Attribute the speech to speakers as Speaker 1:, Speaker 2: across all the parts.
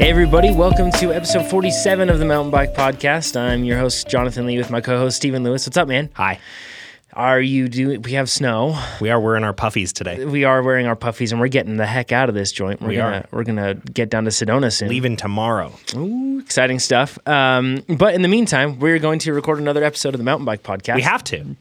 Speaker 1: everybody. Welcome to episode 47 of the Mountain Bike Podcast. I'm your host, Jonathan Lee, with my co host, Stephen Lewis. What's up, man?
Speaker 2: Hi.
Speaker 1: Are you doing? We have snow.
Speaker 2: We are wearing our puffies today.
Speaker 1: We are wearing our puffies and we're getting the heck out of this joint. We're
Speaker 2: We
Speaker 1: gonna,
Speaker 2: are.
Speaker 1: We're going to get down to Sedona soon.
Speaker 2: Leaving tomorrow.
Speaker 1: Ooh, exciting stuff. Um, but in the meantime, we're going to record another episode of the Mountain Bike Podcast.
Speaker 2: We have to.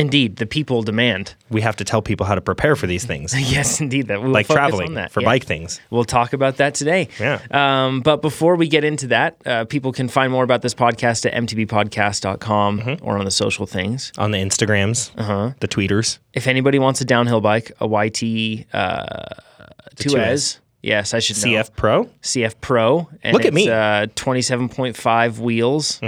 Speaker 1: Indeed, the people demand.
Speaker 2: We have to tell people how to prepare for these things,
Speaker 1: Yes, indeed. That we'll
Speaker 2: like
Speaker 1: focus
Speaker 2: traveling
Speaker 1: on that.
Speaker 2: for
Speaker 1: Yeah.
Speaker 2: bike things.
Speaker 1: We'll talk about that today.
Speaker 2: Yeah.
Speaker 1: Um, but before we get into that, uh, people can find more about this podcast at mtbpodcast.com
Speaker 2: Mm-hmm.
Speaker 1: or on the social things.
Speaker 2: On the Instagrams,
Speaker 1: Uh-huh.
Speaker 2: the tweeters.
Speaker 1: If anybody wants a downhill bike, a YT uh, 2S,
Speaker 2: Tuas.
Speaker 1: yes, I should know.
Speaker 2: CF Pro.
Speaker 1: CF Pro. And
Speaker 2: Look at
Speaker 1: it's,
Speaker 2: me. Mm-hmm.
Speaker 1: Uh, 27.5 wheels.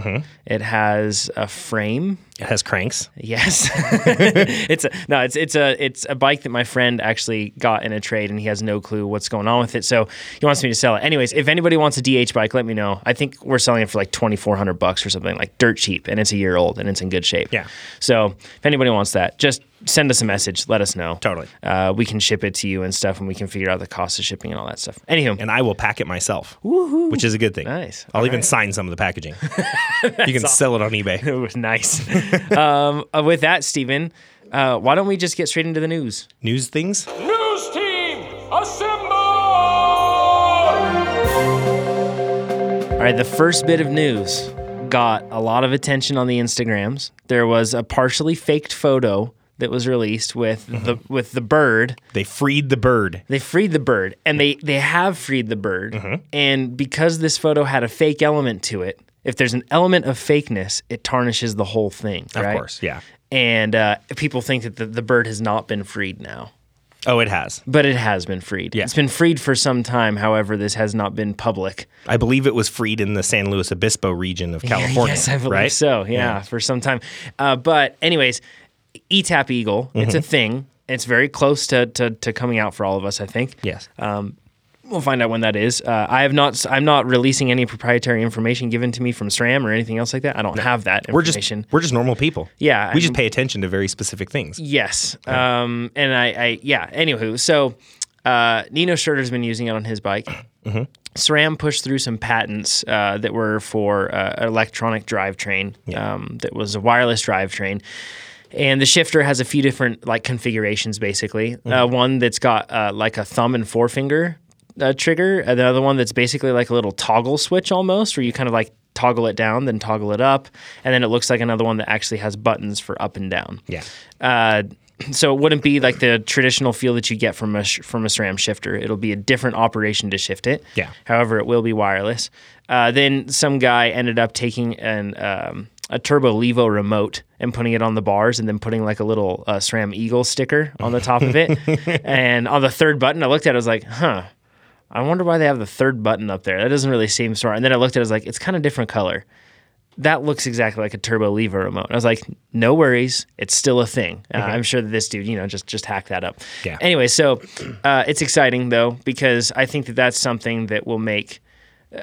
Speaker 1: It has a frame.
Speaker 2: It has cranks.
Speaker 1: Yes, it's a, no, it's it's a it's a bike that my friend actually got in a trade, and he has no clue what's going on with it. So he wants me to sell it. Anyways, if anybody wants a DH bike, let me know. I think we're selling it for like twenty four hundred bucks or something, like dirt cheap, and it's a year old and it's in good shape.
Speaker 2: Yeah.
Speaker 1: So if anybody wants that, just send us a message. Let us know.
Speaker 2: Totally.
Speaker 1: Uh, we can ship it to you and stuff, and we can figure out the cost of shipping and all that stuff. Anywho,
Speaker 2: And I will pack it myself, which is a good thing.
Speaker 1: Nice.
Speaker 2: I'll
Speaker 1: All
Speaker 2: even sign some of the packaging. you can sell it on eBay.
Speaker 1: it was nice. um, uh, with that, Stephen, uh, why don't we just get straight into the news?
Speaker 2: News things.
Speaker 3: News team, assemble!
Speaker 1: All right, the first bit of news got a lot of attention on the Instagrams. There was a partially faked photo that was released with
Speaker 2: Mm-hmm.
Speaker 1: the with the bird.
Speaker 2: They freed the bird.
Speaker 1: They freed the bird, and they they have freed the bird.
Speaker 2: Mm-hmm.
Speaker 1: And because this photo had a fake element to it, if there's an element of fakeness, it tarnishes the whole thing.
Speaker 2: Of course. Yeah.
Speaker 1: And uh, people think that the, the bird has not been freed now,
Speaker 2: Oh, it has.
Speaker 1: but it has been freed.
Speaker 2: Yeah.
Speaker 1: It's been freed for some time. However, this has not been public.
Speaker 2: I believe it was freed in the San Luis Obispo region of California.
Speaker 1: Yes, I believe
Speaker 2: right?
Speaker 1: so. Yeah, for some time. Uh, but anyways, ETAP Eagle,
Speaker 2: Mm-hmm.
Speaker 1: it's a thing. It's very close to, to to coming out for all of us. I think.
Speaker 2: Yes.
Speaker 1: Uh, We'll find out when that is. Uh, I have not. I'm not releasing any proprietary information given to me from SRAM or anything else like that. I don't have that
Speaker 2: we're just
Speaker 1: information.
Speaker 2: we're just normal people.
Speaker 1: Yeah,
Speaker 2: We just
Speaker 1: I'm-
Speaker 2: pay attention to very specific things.
Speaker 1: Yes. Um, and I, I, yeah. Anywho, so uh, Nino Schurter's been using it on his bike. SRAM pushed through some patents uh, that were for uh, an electronic drivetrain um, that was a wireless drivetrain. And the shifter has a few different like configurations, basically. Uh, one that's got uh, like a thumb and forefinger uh, trigger, and another one that's basically like a little toggle switch almost, where you kind of like toggle it down, then toggle it up, and then it looks like another one that actually has buttons for up and down.
Speaker 2: Yeah.
Speaker 1: Uh, so it wouldn't be like the traditional feel that you get from a sh- from a SRAM shifter. It'll be a different operation to shift it.
Speaker 2: Yeah.
Speaker 1: However, it will be wireless. Uh, then some guy ended up taking an um, a Turbo Levo remote and putting it on the bars, and then putting like a little uh, SRAM Eagle sticker on the top of it. and on the third button, I looked at it, I was like, huh. I wonder why they have the third button up there. That doesn't really seem smart. And then I looked at it, I was like, it's kind of different color that looks exactly like a turbo lever remote. And I was like, no worries, it's still a thing. Uh, I'm sure that this dude, you know, just just hack that up.
Speaker 2: Yeah.
Speaker 1: Anyway, so uh, it's exciting though because I think that that's something that will make uh,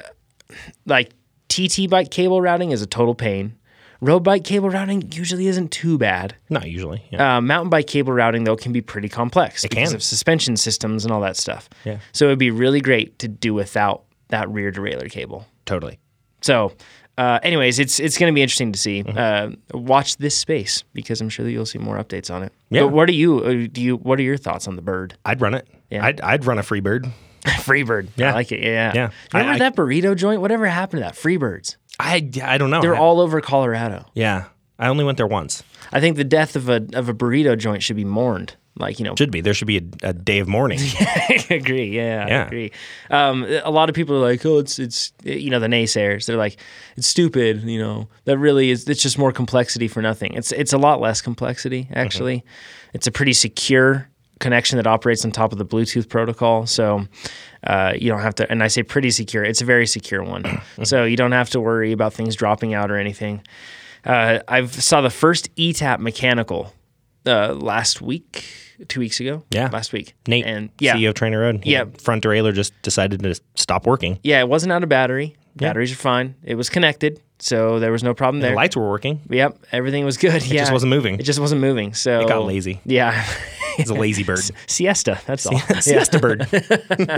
Speaker 1: like TT bike cable routing is a total pain. Road bike cable routing usually isn't too bad.
Speaker 2: Not usually. Yeah.
Speaker 1: Uh, mountain bike cable routing though can be pretty complex because
Speaker 2: can.
Speaker 1: of suspension systems and all that stuff.
Speaker 2: Yeah.
Speaker 1: So it would be really great to do without that rear derailleur cable.
Speaker 2: Totally.
Speaker 1: So, uh, anyways, it's it's going to be interesting to
Speaker 2: Mm-hmm.
Speaker 1: see. Uh, watch this space because I'm sure that you'll see more updates on it.
Speaker 2: Yeah.
Speaker 1: But what are you? uh, Do you? What are your thoughts on the bird?
Speaker 2: I'd run it.
Speaker 1: Yeah.
Speaker 2: I'd, I'd run a free bird.
Speaker 1: Freebird. I
Speaker 2: Yeah.
Speaker 1: like it. Yeah.
Speaker 2: Yeah.
Speaker 1: Remember
Speaker 2: I- I-
Speaker 1: that burrito joint? Whatever happened to that? Freebirds.
Speaker 2: I, I don't know.
Speaker 1: They're
Speaker 2: I-
Speaker 1: all over Colorado.
Speaker 2: Yeah. I only went there once.
Speaker 1: I think the death of a of a burrito joint should be mourned. Like you know,
Speaker 2: Should be. There should be a, a day of mourning.
Speaker 1: I agree. Yeah, I
Speaker 2: Yeah.
Speaker 1: agree. Um, a lot of people are like, oh, it's it's you know the naysayers. They're like, it's stupid. You know that really is. It's just more complexity for nothing. It's it's a lot less complexity
Speaker 2: Mm-hmm.
Speaker 1: actually. It's a pretty secure connection that operates on top of the Bluetooth protocol. So uh, you don't have to. And I say pretty secure. It's a very secure one. so you don't have to worry about things dropping out or anything. Uh, I saw the first E ETAP mechanical uh, last week, two weeks ago.
Speaker 2: Yeah.
Speaker 1: last week.
Speaker 2: Nate, E
Speaker 1: and yeah,
Speaker 2: CEO of Trainer Road. his
Speaker 1: Yeah.
Speaker 2: Front derailleur just decided to stop working.
Speaker 1: yeah, it wasn't out of battery. Batteries are fine. It was connected, so there was no problem
Speaker 2: The
Speaker 1: there.
Speaker 2: lights were working.
Speaker 1: Yep, everything was good. It yeah,
Speaker 2: just wasn't moving.
Speaker 1: It just wasn't moving. So
Speaker 2: got lazy.
Speaker 1: Yeah,
Speaker 2: It's a lazy bird.
Speaker 1: siesta. Oh. That's all.
Speaker 2: Siesta bird.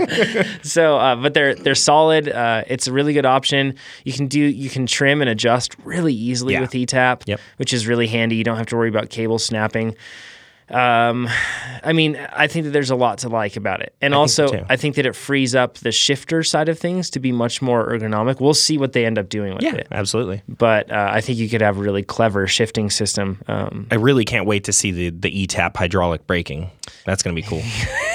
Speaker 1: so uh, but they're they're solid uh, it's a really good option you can do you can trim and adjust really easily
Speaker 2: Yeah.
Speaker 1: with etap
Speaker 2: Yep.
Speaker 1: which is really handy you don't have to worry about cable snapping um, I mean, I think that there's a lot to like about it, and also
Speaker 2: too.
Speaker 1: I think that it frees up the shifter side of things to be much more ergonomic. We'll see what they end up doing with
Speaker 2: Yeah,
Speaker 1: it,
Speaker 2: absolutely.
Speaker 1: but uh, I think you could have a really clever shifting system. Um,
Speaker 2: I really can't wait to see the the ETAP hydraulic braking. That's going to be cool.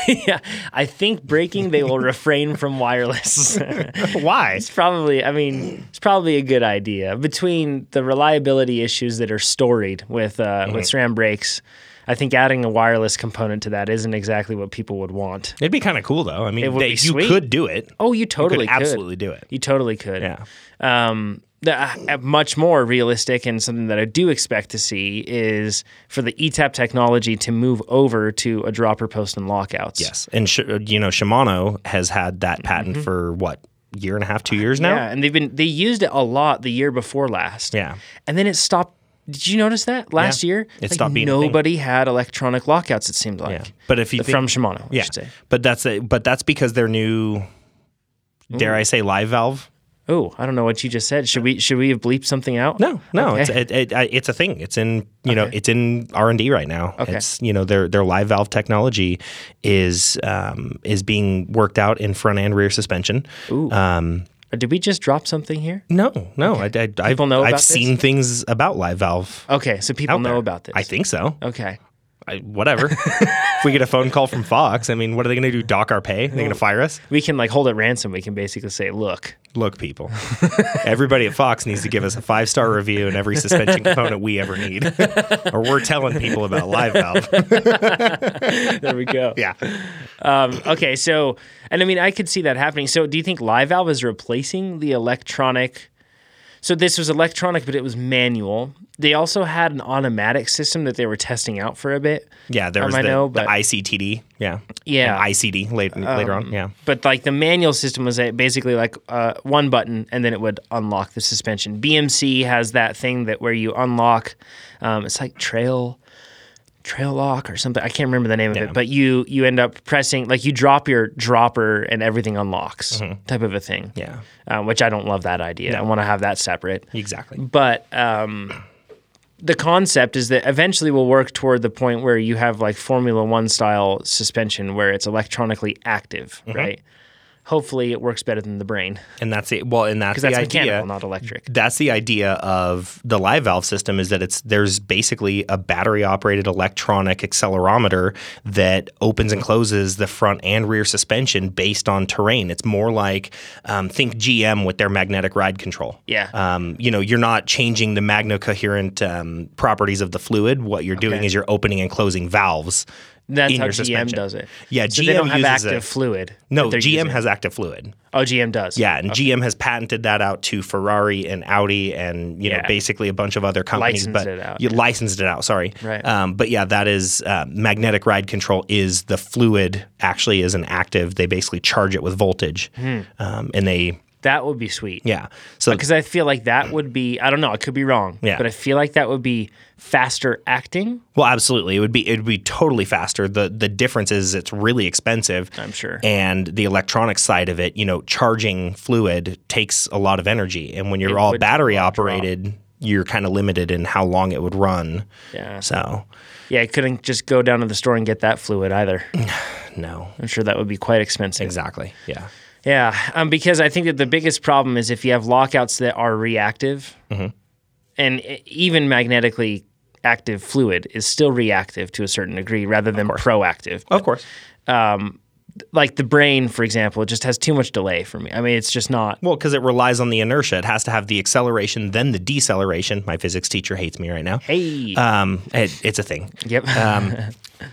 Speaker 1: yeah, I think braking they will refrain from wireless.
Speaker 2: Why?
Speaker 1: It's probably, I mean, it's probably a good idea. Between the reliability issues that are storied with uh, with SRAM brakes, I think adding a wireless component to that isn't exactly what people would want.
Speaker 2: It'd be kind of cool though. I mean,
Speaker 1: It would
Speaker 2: they-
Speaker 1: be
Speaker 2: you
Speaker 1: sweet.
Speaker 2: could do it.
Speaker 1: Oh, you totally could,
Speaker 2: absolutely do it.
Speaker 1: You totally could.
Speaker 2: Yeah.
Speaker 1: Um, the, uh, much more realistic and something that I do expect to see is for the E ETAP technology to move over to a dropper post and lockouts.
Speaker 2: Yes, and sh- uh, you know, Shimano has had that patent for what year and a half, two years now.
Speaker 1: Mm-hmm. Yeah, and they've been they used it a lot the year before last.
Speaker 2: Yeah.
Speaker 1: and then it stopped. Did you notice that last
Speaker 2: Yeah.
Speaker 1: year?
Speaker 2: It stopped being a thing.
Speaker 1: nobody had electronic lockouts. It seemed like.
Speaker 2: Yeah. But if you think-
Speaker 1: from Shimano, I
Speaker 2: Yeah,
Speaker 1: should say.
Speaker 2: but that's a, but that's because their new,
Speaker 1: Mm.
Speaker 2: dare I say, live valve.
Speaker 1: Oh, I don't know what you just said. Should we should we have bleeped something out?
Speaker 2: No, no,
Speaker 1: Okay.
Speaker 2: it's it, it, I- it's a thing. It's in you know it's in R and D right now.
Speaker 1: Okay.
Speaker 2: It's you know their their live valve technology is um, is being worked out in front and rear suspension.
Speaker 1: Ooh.
Speaker 2: Um,
Speaker 1: Did we just drop something here?
Speaker 2: no, no, I, I, I've,
Speaker 1: know about
Speaker 2: I've
Speaker 1: this?
Speaker 2: seen things about live valve.
Speaker 1: Okay, so people
Speaker 2: out
Speaker 1: know
Speaker 2: there.
Speaker 1: about this.
Speaker 2: I think so.
Speaker 1: Okay.
Speaker 2: I, whatever. if we get a phone call from Fox, I mean, what are they going to do? Dock our pay? They're going to fire us?
Speaker 1: We can like hold it ransom. We can basically say, look,
Speaker 2: Look, people, everybody at Fox needs to give us a five star review and every suspension component we ever need, or we're telling people about Live Valve.
Speaker 1: there we go.
Speaker 2: yeah,
Speaker 1: Um, okay, so and I mean I could see that happening. So do you think Live Valve is replacing the electronic? So this was electronic, but it was manual. They also had an automatic system that they were testing out for a bit.
Speaker 2: yeah. There
Speaker 1: Um,
Speaker 2: was
Speaker 1: I
Speaker 2: the,
Speaker 1: know,
Speaker 2: the
Speaker 1: but-
Speaker 2: ICTD. Yeah,
Speaker 1: Yeah. Um,
Speaker 2: And ICD later later on. Yeah,
Speaker 1: But like the manual system was uh, basically like uh, one button, and then it would unlock the suspension. BMC has that thing that where you unlock, um, it's like trail, trail lock or something. I can't remember the name of it, but you you end up pressing like you drop your dropper and everything unlocks type of a thing.
Speaker 2: Mm-hmm. yeah,
Speaker 1: uh, which I don't love that idea. I want to have that separate.
Speaker 2: exactly.
Speaker 1: But um, the concept is that eventually we'll work toward the point where you have like Formula One style suspension where it's electronically active,
Speaker 2: Mm-hmm.
Speaker 1: right? Hopefully, it works better than the brain
Speaker 2: And that's it. Well, and that's,
Speaker 1: because that's
Speaker 2: the idea.
Speaker 1: mechanical, not electric.
Speaker 2: that's the idea of the live valve system is that it's there's basically a battery operated electronic accelerometer that opens and closes the front and rear suspension based on terrain it's more like um, think gm with their magnetic ride control
Speaker 1: Yeah.
Speaker 2: um, you know you're not changing the magnocoherent um, properties of the fluid what you're doing
Speaker 1: Okay.
Speaker 2: is you're opening and closing valves
Speaker 1: That's
Speaker 2: in
Speaker 1: how
Speaker 2: your
Speaker 1: GM
Speaker 2: suspension.
Speaker 1: does it.
Speaker 2: yeah
Speaker 1: So
Speaker 2: gm
Speaker 1: they don't have
Speaker 2: uses
Speaker 1: active
Speaker 2: a,
Speaker 1: fluid.
Speaker 2: no
Speaker 1: that they're
Speaker 2: gm
Speaker 1: using.
Speaker 2: has active fluid
Speaker 1: Oh, GM does.
Speaker 2: yeah, and GM has patented that out to Ferrari and Audi and you know
Speaker 1: Yeah.
Speaker 2: basically a bunch of other companies.
Speaker 1: Licensed
Speaker 2: but
Speaker 1: it out,
Speaker 2: You licensed it out. Sorry.
Speaker 1: Right.
Speaker 2: Um, but yeah, that is uh, magnetic ride control. Is the fluid actually is an active? They basically charge it with voltage, um, and they
Speaker 1: That would be sweet.
Speaker 2: yeah. So
Speaker 1: Because Hmm. I feel like that would be, I don't know, I could be wrong,
Speaker 2: Yeah.
Speaker 1: but I feel like that would be faster acting.
Speaker 2: Well, absolutely. It would be it would be totally faster. The the difference is it's really expensive.
Speaker 1: I'm sure.
Speaker 2: And the electronic side of it, you know, charging fluid takes a lot of energy. And when you're all
Speaker 1: would
Speaker 2: battery operated, you're kind of limited in how long it would run.
Speaker 1: Yeah.
Speaker 2: So
Speaker 1: Yeah, I couldn't just go down to the store and get that fluid either.
Speaker 2: Mm. no.
Speaker 1: I'm sure that would be quite expensive.
Speaker 2: Exactly. Yeah.
Speaker 1: Yeah, um, because I think that the biggest problem is if you have lockouts that are reactive, and e- even magnetically active fluid is still reactive to a certain degree rather than proactive.
Speaker 2: Of course.
Speaker 1: Like the brain, for example, it just has too much delay for me. I mean, it's just not.
Speaker 2: Well, because it relies on the inertia. It has to have the acceleration, then the deceleration. My physics teacher hates me right now.
Speaker 1: Hey.
Speaker 2: Um, it, it's a thing.
Speaker 1: yep.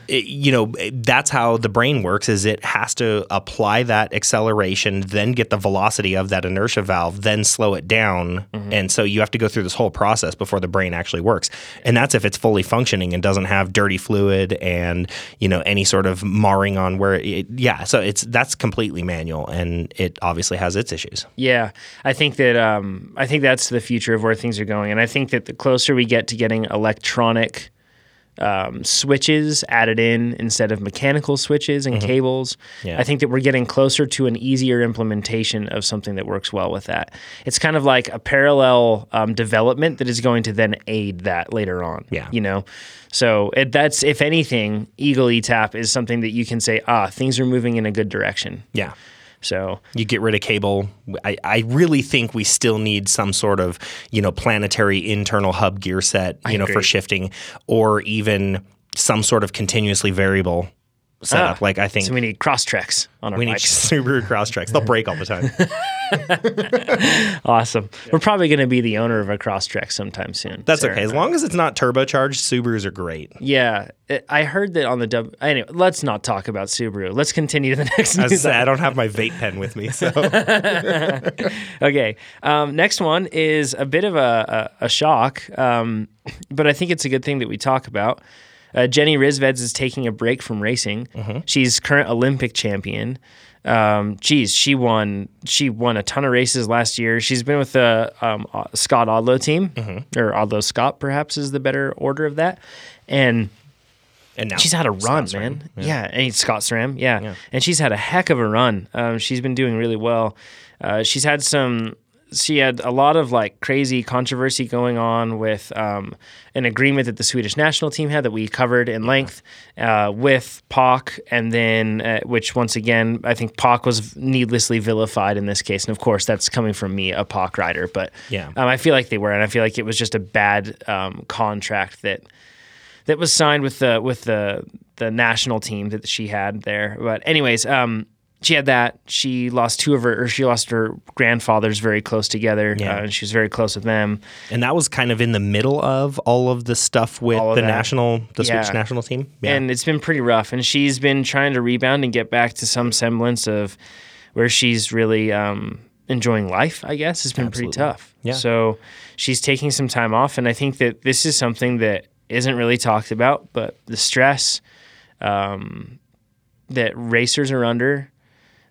Speaker 2: it- you know that's how the brain works is it has to apply that acceleration then get the velocity of that inertia valve then slow it down and so you have to go through this whole process before the brain actually works and that's if it's fully functioning and doesn't have dirty fluid and you know any sort of marring on where it yeah so it's that's completely manual and it obviously has its issues
Speaker 1: Yeah, I think that um, I think that's the future of where things are going, and I think that the closer we get to getting electronic um, switches added in instead of mechanical switches and cables.
Speaker 2: Mm-hmm. Yeah.
Speaker 1: I think that we're getting closer to an easier implementation of something that works well with that. It's kind of like a parallel um, development that is going to then aid that later on.
Speaker 2: Yeah.
Speaker 1: You know, so it, that's if anything, Eagle E ETAP is something that you can say, ah, things are moving in a good direction.
Speaker 2: Yeah.
Speaker 1: So
Speaker 2: you get rid of cable. I, I really think we still need some sort of you know planetary internal hub gear set you know for
Speaker 1: agree.
Speaker 2: shifting, or even some sort of continuously variable setup. like I think
Speaker 1: Ah. So we need cross tracks on our
Speaker 2: we need
Speaker 1: bikes.
Speaker 2: Subaru Crosstracks. They'll break all the time.
Speaker 1: Awesome. We're probably going to be the owner of a cross track sometime soon.
Speaker 2: That's
Speaker 1: Sarah
Speaker 2: okay
Speaker 1: and
Speaker 2: as
Speaker 1: I.
Speaker 2: long as it's not turbocharged. Subarus are great.
Speaker 1: Yeah, I- I heard that on the dub. Anyway, let's not talk about Subaru. Let's continue to the next
Speaker 2: As I
Speaker 1: news.
Speaker 2: said, I don't have my vape pen with me, so
Speaker 1: Okay, um, next one is a bit of a, a, a shock, um, but I think it's a good thing that we talk about. Uh, Jenny Rizveds is taking a break from racing. She's current Olympic champion. Um, geez, she won. She won a ton of races last year. She's been with the um, uh, Scott Odlow team, or Odlow Scott, perhaps is the better order of that, and.
Speaker 2: and now
Speaker 1: She's had a run, man. Yeah. and Scott Sram, yeah. and she's had a heck of a run. Um, she's been doing really well. Uh, she's had some. She had a lot of like crazy controversy going on with um, an agreement that the Swedish national team had that we covered in length uh, with Pak, and then uh, which once again I think Pak was needlessly vilified in this case, and of course that's coming from me, a Pak rider, but
Speaker 2: Yeah.
Speaker 1: um, I feel like they were, and I feel like it was just a bad um, contract that that was signed with the with the the national team that she had there. But anyways, um, she had that. She lost two of her, or she lost her grandfathers very close together.
Speaker 2: Yeah.
Speaker 1: Uh, and she was very close with them.
Speaker 2: and that was kind of in the middle of all of the stuff with
Speaker 1: All of
Speaker 2: the
Speaker 1: that.
Speaker 2: national, the
Speaker 1: Yeah.
Speaker 2: Swedish national team.
Speaker 1: And it's been pretty rough. And she's been trying to rebound and get back to some semblance of where she's really um, enjoying life, I guess. It's been pretty tough.
Speaker 2: Yeah.
Speaker 1: So she's taking some time off. And I think that this is something that isn't really talked about, but the stress um, that racers are under,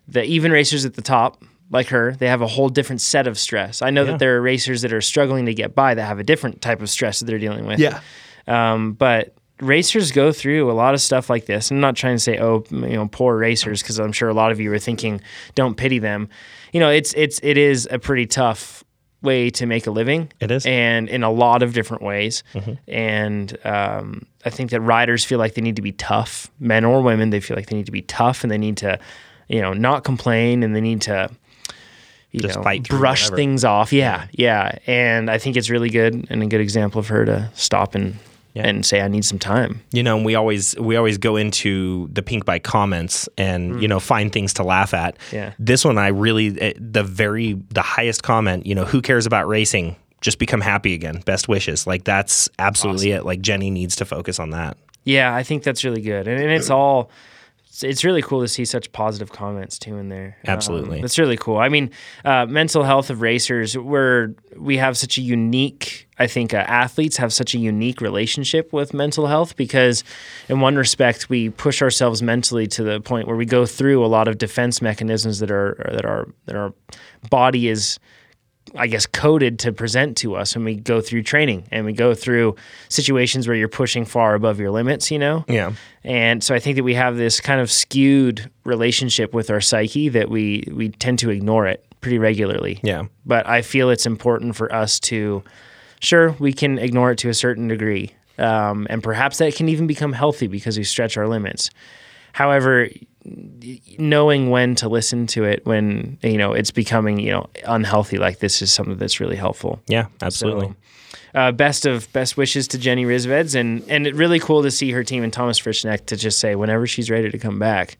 Speaker 1: that even racers at the top, like her, they have a whole different set of stress. I know
Speaker 2: Yeah.
Speaker 1: that there are racers that are struggling to get by that have a different type of stress that they're dealing with
Speaker 2: yeah.
Speaker 1: Um, but racers go through a lot of stuff like this. I'm not trying to say, oh, you know, poor racers, because I'm sure a lot of you are thinking, don't pity them. You know, it's it's it is a pretty tough way to make a living.
Speaker 2: It is. Mm-hmm.
Speaker 1: and in a lot of different ways. And um, I think that riders feel like they need to be tough, men or women. They feel like they need to be tough, and they need to, you know, not complain, and they need to. You
Speaker 2: Just
Speaker 1: know,
Speaker 2: fight through
Speaker 1: brush
Speaker 2: whatever.
Speaker 1: things off. Yeah, yeah, And I think it's really good and a good example of her to stop and
Speaker 2: Yeah.
Speaker 1: and say I need some time.
Speaker 2: you know and we always we always go into the pink bike comments and you know find things to laugh at
Speaker 1: Yeah.
Speaker 2: this one i really eh, the very the highest comment you know who cares about racing just become happy again best wishes like that's absolutely it like jenny needs to focus on that
Speaker 1: Yeah, I think that's really good. And, and it's all it's- it's really cool to see such positive comments too in there. Um,
Speaker 2: Absolutely.
Speaker 1: that's really cool. I mean, uh, mental health of racers. We're we have such a unique. I think uh, athletes have such a unique relationship with mental health because, in one respect, we push ourselves mentally to the point where we go through a lot of defense mechanisms that are that our that our body is I guess, coded to present to us. And we go through training and we go through situations where you're pushing far above your limits, you know?
Speaker 2: Yeah.
Speaker 1: And so I think that we have this kind of skewed relationship with our psyche that we, we tend to ignore it pretty regularly.
Speaker 2: Yeah.
Speaker 1: But I feel it's important for us to, sure, we can ignore it to a certain degree. Um, and perhaps that can even become healthy because we stretch our limits. However, knowing when to listen to it when you know it's becoming you know unhealthy like this is something that's really helpful
Speaker 2: yeah absolutely
Speaker 1: uh, best of best wishes to jenny risveds and and it really cool to see her team and thomas frischneck to just say whenever she's ready to come back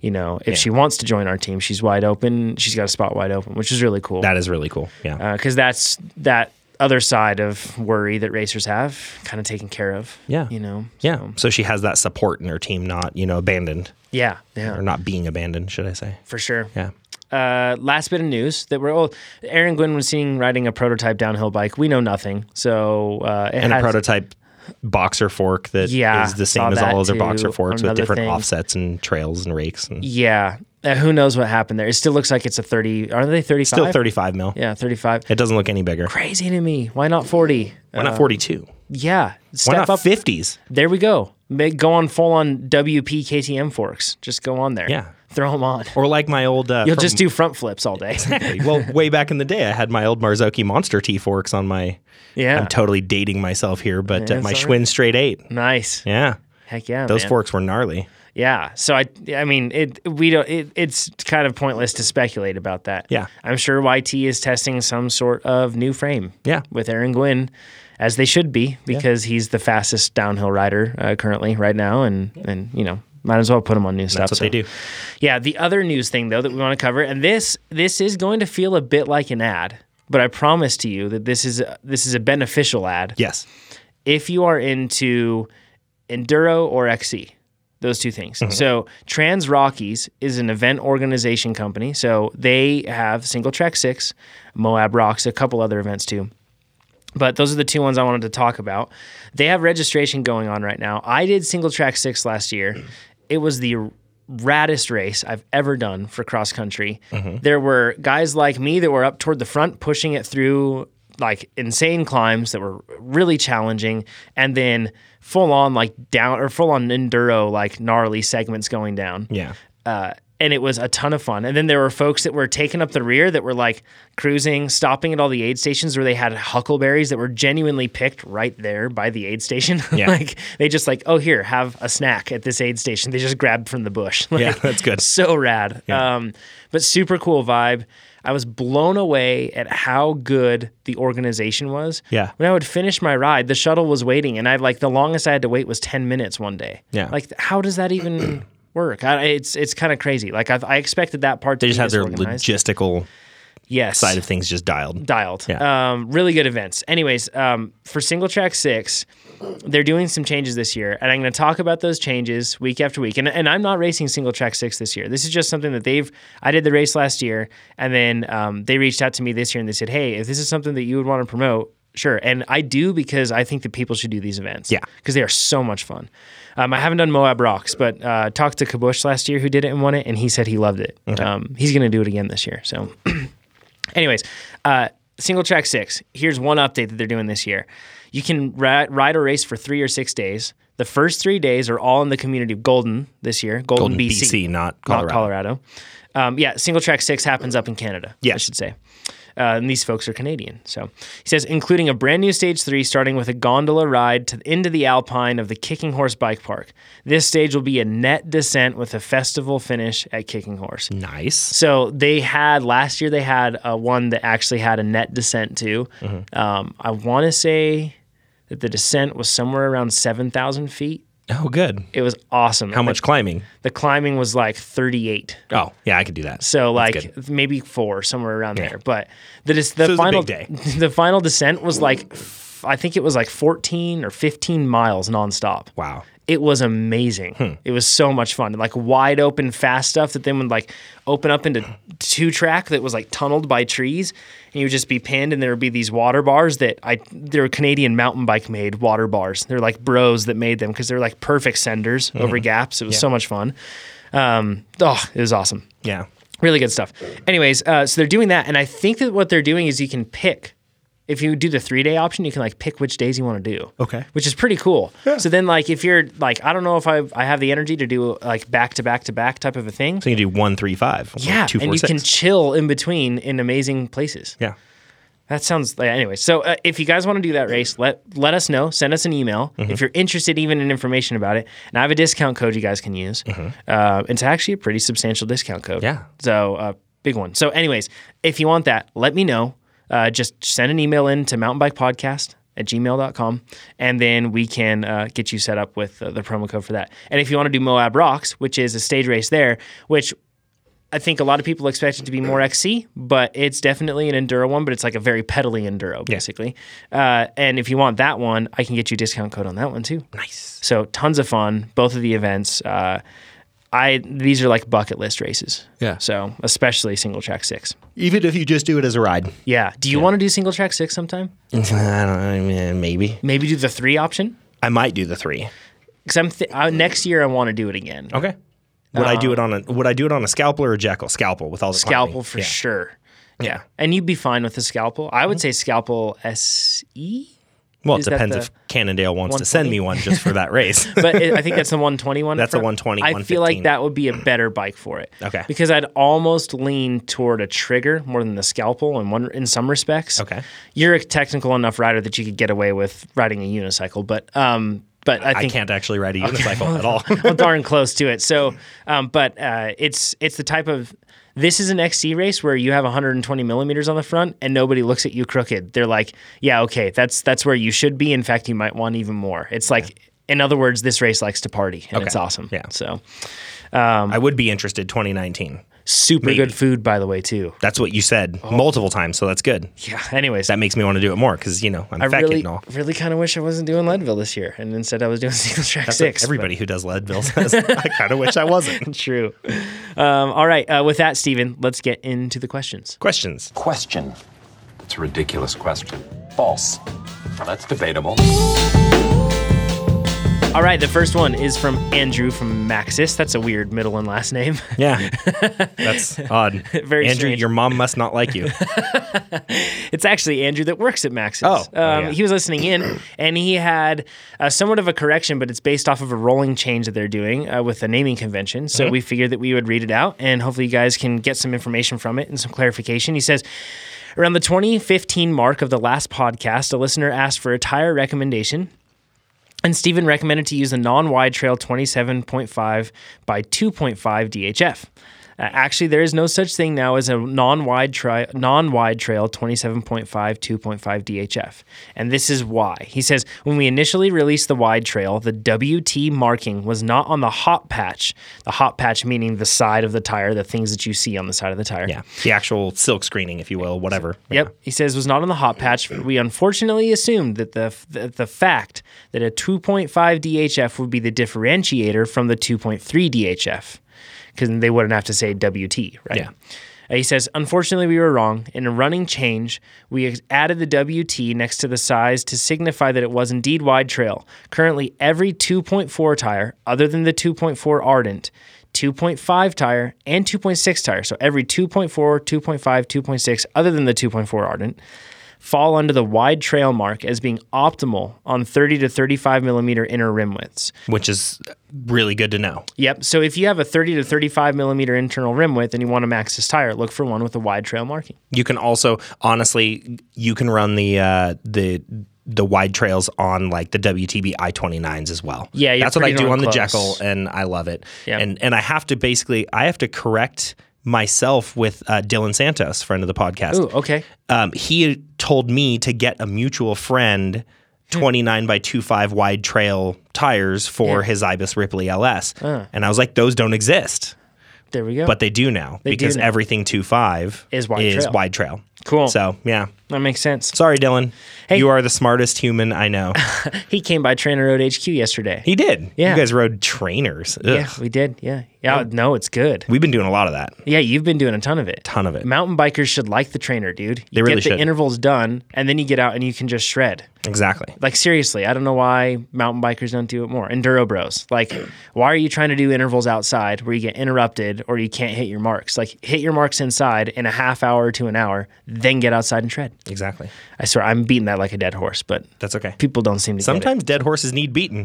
Speaker 1: you know if she wants to join our team she's wide open she's got a spot wide open which is really cool
Speaker 2: that is really cool yeah
Speaker 1: because that's that other side of worry that racers have kind of taken care of
Speaker 2: yeah
Speaker 1: you know
Speaker 2: yeah
Speaker 1: So,
Speaker 2: so she has that support in her team not you know abandoned
Speaker 1: yeah yeah
Speaker 2: or not being abandoned should i say
Speaker 1: for sure
Speaker 2: yeah
Speaker 1: uh, last bit of news that we're old. Aaron Gwynn was seen riding a prototype downhill bike. We know nothing, so uh, it
Speaker 2: and a
Speaker 1: has-
Speaker 2: prototype boxer fork that is
Speaker 1: Yeah,
Speaker 2: the
Speaker 1: saw
Speaker 2: same as
Speaker 1: that
Speaker 2: all other
Speaker 1: too.
Speaker 2: boxer forks with
Speaker 1: Another
Speaker 2: different
Speaker 1: thing.
Speaker 2: offsets and trails and rakes and
Speaker 1: Yeah, Uh, who knows what happened there? It still looks like it's a thirty. Aren't they thirty-five?
Speaker 2: Still 35 mil.
Speaker 1: Yeah, thirty-five.
Speaker 2: It doesn't look any bigger.
Speaker 1: Crazy to me. Why not forty?
Speaker 2: Why not 42?
Speaker 1: yeah,
Speaker 2: Why
Speaker 1: step
Speaker 2: not
Speaker 1: up.
Speaker 2: 50s?
Speaker 1: There we go. Make, go on full on WP KTM forks. Just go on there.
Speaker 2: Yeah.
Speaker 1: throw them on.
Speaker 2: Or like my old. Uh,
Speaker 1: You'll
Speaker 2: from-
Speaker 1: just do front flips all day.
Speaker 2: well, way back in the day, I had my old Marzocchi Monster T forks on my.
Speaker 1: Yeah,
Speaker 2: I'm totally dating myself here, but uh,
Speaker 1: it's
Speaker 2: my
Speaker 1: all
Speaker 2: Schwinn Straight Eight.
Speaker 1: nice.
Speaker 2: Yeah,
Speaker 1: Heck yeah,
Speaker 2: those
Speaker 1: man.
Speaker 2: forks were gnarly.
Speaker 1: Yeah. So I, I mean, it. We don't. It, it's kind of pointless to speculate about that.
Speaker 2: Yeah.
Speaker 1: I'm sure YT is testing some sort of new frame.
Speaker 2: Yeah.
Speaker 1: With Aaron Gwynn, as they should be, because he's the fastest downhill rider uh, currently right now, and and you know. Might as well put him on new stuff.
Speaker 2: That's what they do.
Speaker 1: Yeah. The other news thing though that we want to cover, and this this is going to feel a bit like an ad, but I promise to you that this is a, this is a beneficial ad
Speaker 2: Yes.
Speaker 1: if you are into enduro or XC, those two things. So Trans Rockies is an event organization company. So they have Single Track Six, Moab Rocks, a couple other events too. But those are the two ones I wanted to talk about. They have registration going on right now. I did Single Track Six last year. It was the raddest race I've ever done for cross country. There were guys like me that were up toward the front pushing it through like insane climbs that were really challenging and then full on like down or full on enduro like gnarly segments going down
Speaker 2: Yeah.
Speaker 1: uh, and it was a ton of fun. And then there were folks that were taking up the rear that were like cruising, stopping at all the aid stations where they had huckleberries that were genuinely picked right there by the aid station.
Speaker 2: Yeah.
Speaker 1: like they just like, oh here, have a snack at this aid station. They just grabbed from the bush. Like,
Speaker 2: Yeah, that's good.
Speaker 1: So rad. Um, but super cool vibe. I was blown away at how good the organization was.
Speaker 2: Yeah.
Speaker 1: When I would finish my ride, the shuttle was waiting, and I like the longest I had to wait was ten minutes one day.
Speaker 2: Yeah.
Speaker 1: Like th- how does that even work? I, it's it's kind of crazy. Like I've, I expected that part.
Speaker 2: They
Speaker 1: to
Speaker 2: just
Speaker 1: be
Speaker 2: had their
Speaker 1: disorganized.
Speaker 2: logistical
Speaker 1: yes
Speaker 2: side of things just dialed.
Speaker 1: dialed.
Speaker 2: Yeah.
Speaker 1: Um, really good events. Anyways, um, for single track six, they're doing some changes this year, and I'm going to talk about those changes week after week. And, and I'm not racing single track six this year. This is just something that they've. I did the race last year, and then um, they reached out to me this year and they said, "Hey, if this is something that you would want to promote." Sure, and I do because I think that people should do these events.
Speaker 2: Yeah.
Speaker 1: because they are so much fun. Um, I haven't done Moab Rocks, but uh, talked to Kabush last year who did it and won it, and he said he loved it. Um, he's going to do it again this year. So Anyways, uh, single track six. Here's one update that they're doing this year. You can ri- ride or race for three or six days. The first three days are all in the community of Golden this year. Golden,
Speaker 2: Golden BC, not Colorado.
Speaker 1: not Colorado. Um, yeah, single track six happens up in Canada. I
Speaker 2: Yes.
Speaker 1: should say. Uh, and these folks are Canadian. So he says, including a brand new stage three, starting with a gondola ride to into the Alpine of the Kicking Horse Bike Park. This stage will be a net descent with a festival finish at Kicking Horse.
Speaker 2: Nice.
Speaker 1: So they had last year. They had uh, one that actually had a net descent too.
Speaker 2: Mm-hmm.
Speaker 1: Um, I want to say that the descent was somewhere around seven thousand feet.
Speaker 2: Oh, good.
Speaker 1: It was awesome.
Speaker 2: How much climbing?
Speaker 1: The climbing was like thirty-eight.
Speaker 2: Oh, yeah, I can do that.
Speaker 1: So
Speaker 2: good.
Speaker 1: like maybe four somewhere around there. But the des- the
Speaker 2: So it was a
Speaker 1: final
Speaker 2: big day.
Speaker 1: the final descent was like f- I think it was like fourteen or fifteen miles nonstop.
Speaker 2: Wow.
Speaker 1: It was amazing. It was so much fun. Like wide open, fast stuff that then would like open up into two track that was like tunneled by trees, and you would just be pinned, and there would be these water bars that I they're Canadian mountain bike made water bars. They're like bros that made them because they're like perfect senders over gaps. It was so much fun. Um, oh, it was awesome.
Speaker 2: Yeah.
Speaker 1: Really good stuff. Anyways, uh, so they're doing that, and I think that what they're doing is you can pick. If you do the three day option, you can like pick which days you want to do.
Speaker 2: Okay.
Speaker 1: Which is pretty cool. So then, like, if you're like, I don't know if I I have the energy to do like back to back to back type of a thing.
Speaker 2: So you can do one, three, five. or
Speaker 1: yeah,
Speaker 2: Two, four,
Speaker 1: and you
Speaker 2: six.
Speaker 1: can chill in between in amazing places.
Speaker 2: yeah.
Speaker 1: That sounds yeah, anyway. So uh, if you guys want to do that race, let let us know. Send us an email if you're interested, even in information about it. And I have a discount code you guys can use. Uh, it's actually a pretty substantial discount code.
Speaker 2: Yeah.
Speaker 1: So uh, big one. So anyways, if you want that, let me know. Uh, just send an email in to mountainbikepodcast at gmail.com and then we can uh, get you set up with uh, the promo code for that. And if you want to do Moab Rocks, which is a stage race there, which I think a lot of people expect it to be more XC, but it's definitely an enduro one, but it's like a very pedally enduro, basically. Uh, and if you want that one, I can get you a discount code on that one too.
Speaker 2: Nice.
Speaker 1: So tons of fun, both of the events. Uh, I these are like bucket list races.
Speaker 2: Yeah.
Speaker 1: So especially single track six.
Speaker 2: Even if you just do it as a ride.
Speaker 1: Yeah. Do you want to do single track six sometime?
Speaker 2: I don't know, yeah, maybe.
Speaker 1: Maybe do the three option.
Speaker 2: I might do the three.
Speaker 1: Because I'm th- uh, next year I want to do it again.
Speaker 2: Okay. Would I do it on a would I do it on a scalpel or a jackal? Scalpel with all the
Speaker 1: Uh, Scalpel
Speaker 2: climbing.
Speaker 1: for
Speaker 2: Yeah. Mm-hmm.
Speaker 1: sure. Yeah. And you'd be fine with the scalpel. I would say scalpel S E.
Speaker 2: Well,
Speaker 1: Is
Speaker 2: it
Speaker 1: that
Speaker 2: depends
Speaker 1: the-
Speaker 2: if Cannondale wants to
Speaker 1: 120?
Speaker 2: send me one just for that race.
Speaker 1: but it, I think that's the 120 one.
Speaker 2: That's a
Speaker 1: for-
Speaker 2: 120,
Speaker 1: I feel like
Speaker 2: 115.
Speaker 1: that would be a better bike for it.
Speaker 2: Okay.
Speaker 1: Because I'd almost lean toward a trigger more than the scalpel in one in some respects.
Speaker 2: Okay.
Speaker 1: You're a technical enough rider that you could get away with riding a unicycle, but um, but I
Speaker 2: I
Speaker 1: think
Speaker 2: can't actually ride a unicycle at all.
Speaker 1: well, darn close to it. So, um, but uh, it's it's the type of this is an XC race where you have 120 millimeters on the front and nobody looks at you crooked. They're like, yeah, okay, that's that's where you should be. In fact, you might want even more. It's like, in other words, this race likes to party and it's awesome.
Speaker 2: Yeah.
Speaker 1: So Um,
Speaker 2: I would be interested 2019.
Speaker 1: super good food, by the way, too.
Speaker 2: That's what you said
Speaker 1: Oh.
Speaker 2: multiple times, so that's good.
Speaker 1: Yeah. Anyways,
Speaker 2: That makes me want to do it more because you know I'm
Speaker 1: I
Speaker 2: fat kid
Speaker 1: really,
Speaker 2: and all.
Speaker 1: really kind of wish I wasn't doing Leadville this year, and instead I was doing single track
Speaker 2: That's what
Speaker 1: six. but-
Speaker 2: everybody who does Leadville says. I kind of wish I wasn't.
Speaker 1: True. Um, all right. Uh, with that, Steven, let's get into the questions.
Speaker 2: Questions.
Speaker 4: Question.
Speaker 5: It's a ridiculous question.
Speaker 4: False.
Speaker 5: That's debatable.
Speaker 1: All right, the first one is from Andrew from Maxis. That's a weird middle and last name.
Speaker 2: Yeah, that's odd.
Speaker 1: Very
Speaker 2: Andrew,
Speaker 1: strange.
Speaker 2: your mom must not like you.
Speaker 1: It's actually Andrew that works at Maxis.
Speaker 2: Oh, oh,
Speaker 1: um,
Speaker 2: yeah.
Speaker 1: he was listening in, and he had uh, somewhat of a correction, but it's based off of a rolling change that they're doing uh, with the naming convention. So
Speaker 2: Mm-hmm.
Speaker 1: we figured that we would read it out, and hopefully you guys can get some information from it and some clarification. He says. Around the 2015 mark of the last podcast, a listener asked for a tire recommendation. And Steven recommended to use the non wide trail 27.5 by 2.5 DHF. Uh, actually, there is no such thing now as a non-wide, tri- non-wide trail 27.5 2.5 DHF, and this is why. He says when we initially released the wide trail, the WT marking was not on the hot patch. The hot patch meaning the side of the tire, the things that you see on the side of the tire.
Speaker 2: Yeah, the actual silk screening, if you will, whatever.
Speaker 1: Yep. He says was not on the hot patch. We unfortunately assumed that the, the the fact that a 2.5 DHF would be the differentiator from the 2.3 DHF, because they wouldn't have to say WT, right?
Speaker 2: Yeah.
Speaker 1: Uh, He says, unfortunately, we were wrong. In a running change, we ex- added the WT next to the size to signify that it was indeed wide trail. Currently, every 2.4 tire, other than the 2.4 Ardent, 2.5 tire, and 2.6 tire, so every 2.4, 2.5, 2.6, other than the 2.4 Ardent, fall under the wide trail mark as being optimal on 30 to 35 millimeter inner rim widths.
Speaker 2: Which is really good to know.
Speaker 1: Yep. So if you have a 30 to 35 millimeter internal rim width and you want to max this tire, look for one with a wide trail marking.
Speaker 2: You can also, honestly, you can run the uh, the the wide trails on like the WTB I twenty nines as well.
Speaker 1: Yeah, you're
Speaker 2: that's what I
Speaker 1: pretty
Speaker 2: do
Speaker 1: darn
Speaker 2: on the
Speaker 1: close.
Speaker 2: Jekyll, and I love it.
Speaker 1: Yeah.
Speaker 2: And and I have to basically, I have to correct myself with uh, Dylan Santos, friend of the podcast.
Speaker 1: Ooh, okay.
Speaker 2: um, he told me to get a mutual friend 29 by 25 wide trail tires for his Ibis Ripley LS. And I was like, those don't exist,
Speaker 1: There we go.
Speaker 2: but they do now
Speaker 1: do
Speaker 2: because
Speaker 1: now.
Speaker 2: everything 25
Speaker 1: Is wide trail.
Speaker 2: wide trail.
Speaker 1: Cool.
Speaker 2: So, yeah.
Speaker 1: that makes sense.
Speaker 2: Sorry, Dylan. You are the smartest human I know.
Speaker 1: He came by Trainer Road HQ yesterday.
Speaker 2: He did.
Speaker 1: Yeah.
Speaker 2: You guys rode trainers. Ugh.
Speaker 1: yeah, we did. Yeah. Yeah. No, it's good.
Speaker 2: We've been doing a lot of that.
Speaker 1: Yeah, you've been doing a ton of it.
Speaker 2: Ton of it.
Speaker 1: Mountain bikers should like the trainer, dude. You get
Speaker 2: really
Speaker 1: the
Speaker 2: should.
Speaker 1: intervals done and then you get out and you can just shred.
Speaker 2: Exactly.
Speaker 1: Like seriously, I don't know why mountain bikers don't do it more. Enduro bros. Like, why are you trying to do intervals outside where you get interrupted or you can't hit your marks? Like hit your marks inside in a half hour to an hour, then get outside and tread.
Speaker 2: Exactly.
Speaker 1: I swear I'm beating that like a dead horse, but
Speaker 2: That's okay.
Speaker 1: people don't seem to get it.
Speaker 2: Sometimes dead horses need beaten.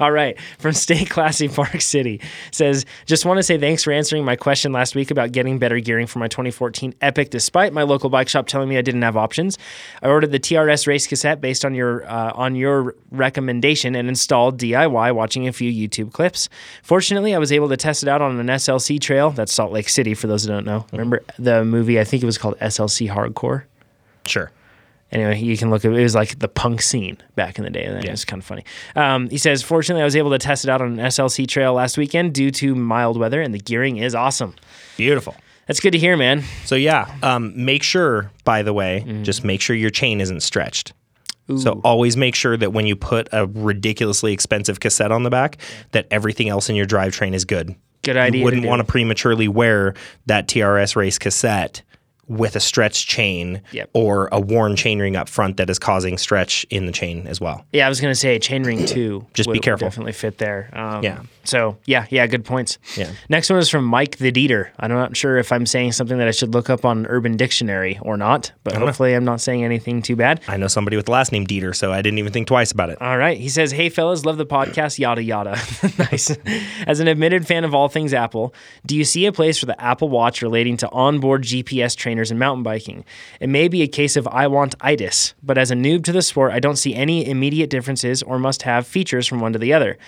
Speaker 1: All right, from Stay Classy Park City says, just want to say thanks for answering my question last week about getting better gearing for my 2014 Epic, despite my local bike shop telling me I didn't have options. I ordered the TRS race cassette based on your uh, on your recommendation and installed DIY, watching a few YouTube clips. Fortunately, I was able to test it out on an SLC trail. That's Salt Lake City, for those who don't know. Remember the movie? I think it was called SLC Hardcore.
Speaker 2: sure.
Speaker 1: Anyway, you can look at it was like the punk scene back in the day. And it was kind of funny. Um, he says, Fortunately, I was able to test it out on an SLC trail last weekend due to mild weather, and the gearing is awesome.
Speaker 2: Beautiful.
Speaker 1: That's good to hear, man.
Speaker 2: So yeah, um, make sure. By the way,
Speaker 1: Mm-hmm.
Speaker 2: just make sure your chain isn't stretched. So always make sure that when you put a ridiculously expensive cassette on the back, that everything else in your drivetrain is good.
Speaker 1: Good idea to
Speaker 2: You wouldn't
Speaker 1: do.
Speaker 2: want to prematurely wear that TRS race cassette with a stretch chain
Speaker 1: Yep.
Speaker 2: or a worn chainring up front that is causing stretch in the chain as well.
Speaker 1: Yeah, I was gonna say Chainring Two.
Speaker 2: Just be
Speaker 1: would- would
Speaker 2: careful.
Speaker 1: Definitely fit there. Um,
Speaker 2: Yeah.
Speaker 1: So yeah, yeah, good points.
Speaker 2: Yeah.
Speaker 1: Next one is from Mike the Dieter. I'm not sure if I'm saying something that I should look up on Urban Dictionary or not, but hopefully I'm not saying anything too bad.
Speaker 2: I know somebody with the last name Dieter, so I didn't even think twice about it.
Speaker 1: All right. He says, Hey, fellas, love the podcast, yada, yada. nice. As an admitted fan of all things Apple, do you see a place for the Apple Watch relating to onboard GPS trainers and mountain biking? It may be a case of I want itis, but as a noob to the sport, I don't see any immediate differences or must have features from one to the other.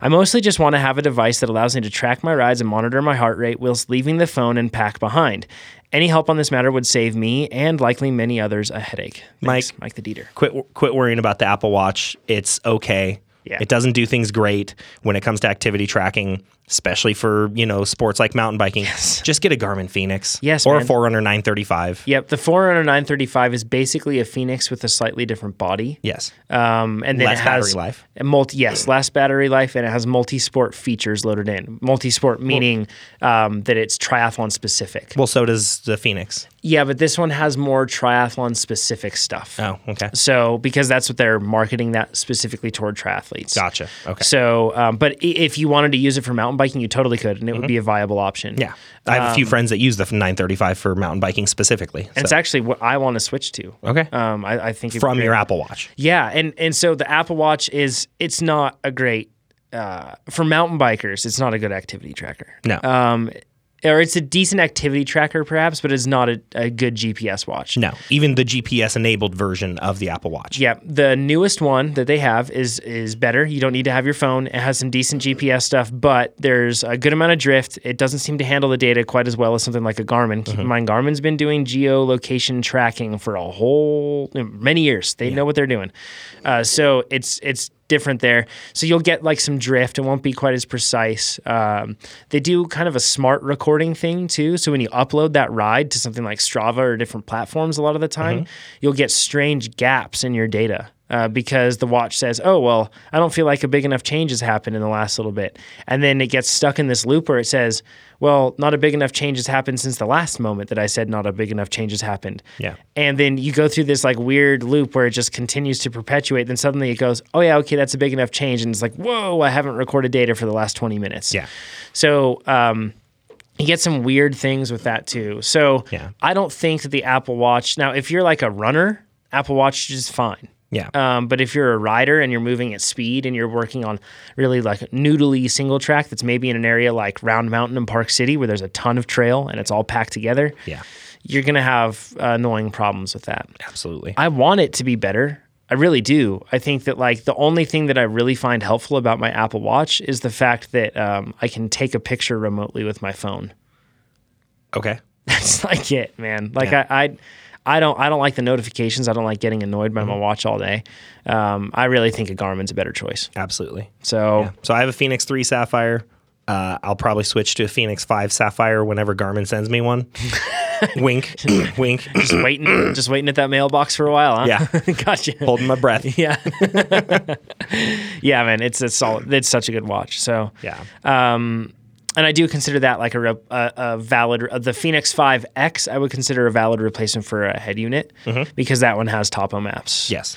Speaker 1: I mostly just want to have a device that allows me to track my rides and monitor my heart rate whilst leaving the phone and pack behind. Any help on this matter would save me and likely many others a headache. Thanks,
Speaker 2: Mike.
Speaker 1: Mike the Dieter.
Speaker 2: quit quit worrying about the Apple Watch. It's okay.
Speaker 1: Yeah.
Speaker 2: It doesn't do things great when it comes to activity tracking, especially for you know sports like mountain biking. Just get a Garmin Phoenix,
Speaker 1: Yes,
Speaker 2: or
Speaker 1: man.
Speaker 2: a Forerunner 935.
Speaker 1: Yep, the Forerunner 935 is basically a Phoenix with a slightly different body.
Speaker 2: Yes,
Speaker 1: Um, and then
Speaker 2: Less
Speaker 1: it has
Speaker 2: battery life.
Speaker 1: a Multi, yes, less battery life, and it has multi-sport features loaded in. Multi-sport meaning um, that it's triathlon specific.
Speaker 2: well, so does the Phoenix.
Speaker 1: yeah, but this one has more triathlon specific stuff.
Speaker 2: Oh, okay,
Speaker 1: So because that's what they're marketing that specifically toward triathletes.
Speaker 2: gotcha. Okay,
Speaker 1: So, um, but i- if you wanted to use it for mountain biking, you totally could, and it would be a viable option.
Speaker 2: Mm-hmm. yeah, I have a
Speaker 1: um,
Speaker 2: few friends that use the 935 for mountain biking specifically.
Speaker 1: And it's
Speaker 2: so-
Speaker 1: actually what I want to switch to.
Speaker 2: Okay.
Speaker 1: Um, I, I think it'd be
Speaker 2: from
Speaker 1: great.
Speaker 2: your Apple Watch.
Speaker 1: Yeah, and and so the Apple Watch is it's not a great uh, for mountain bikers. It's not a good activity tracker.
Speaker 2: No,
Speaker 1: Um, or it's a decent activity tracker, perhaps, but it's not a, a good GPS watch.
Speaker 2: no, even the GPS enabled version of the Apple Watch.
Speaker 1: Yeah, the newest one that they have is is better. You don't need to have your phone. It has some decent GPS stuff, but there's a good amount of drift. It doesn't seem to handle the data quite as well as something like a Garmin. Keep in mind, Garmin's been doing geolocation tracking for a whole many years. They know what they're doing, uh, so it's it's different there. So you'll get like some drift. It won't be quite as precise. Um, they do kind of a smart recording thing too. So when you upload that ride to something like Strava or different platforms, a lot of the time you'll get strange gaps in your data. Uh, because the watch says, "Oh well, I don't feel like a big enough change has happened in the last little bit," and then it gets stuck in this loop where it says, "Well, not a big enough change has happened since the last moment that I said not a big enough change has happened."
Speaker 2: Yeah.
Speaker 1: And then you go through this like weird loop where it just continues to perpetuate. Then suddenly it goes, oh, yeah, okay, that's a big enough change. And it's like, whoa, I haven't recorded data for the last 20 minutes.
Speaker 2: Yeah.
Speaker 1: So um, you get some weird things with that too. So
Speaker 2: Yeah.
Speaker 1: I don't think that the Apple Watch, now, if you're like a runner, Apple Watch is fine.
Speaker 2: Yeah.
Speaker 1: Um, but if you're a rider and you're moving at speed and you're working on really like noodly single track that's maybe in an area like Round Mountain and Park City where there's a ton of trail and it's all packed together,
Speaker 2: Yeah.
Speaker 1: you're gonna have uh, annoying problems with that.
Speaker 2: Absolutely.
Speaker 1: I want it to be better. I really do. I think that like the only thing that I really find helpful about my Apple Watch is the fact that um, I can take a picture remotely with my phone.
Speaker 2: okay.
Speaker 1: That's like it, man. Like I, I, I don't, I don't like the notifications. I don't like getting annoyed by my watch all day. Um, I really think a Garmin's a better choice.
Speaker 2: Absolutely.
Speaker 1: So
Speaker 2: So I have a Phoenix 3 Sapphire. Uh, I'll probably switch to a Phoenix 5 Sapphire whenever Garmin sends me one. wink, wink,
Speaker 1: just waiting, just waiting at that mailbox for a while, huh?
Speaker 2: Yeah.
Speaker 1: gotcha.
Speaker 2: holding my breath.
Speaker 1: Yeah. yeah, man, it's a solid. It's such a good watch. So
Speaker 2: Yeah.
Speaker 1: Uh, and I do consider that like a re- a, a valid uh, the Phoenix Five X. I would consider a valid replacement for a head unit because that one has topo maps.
Speaker 2: yes.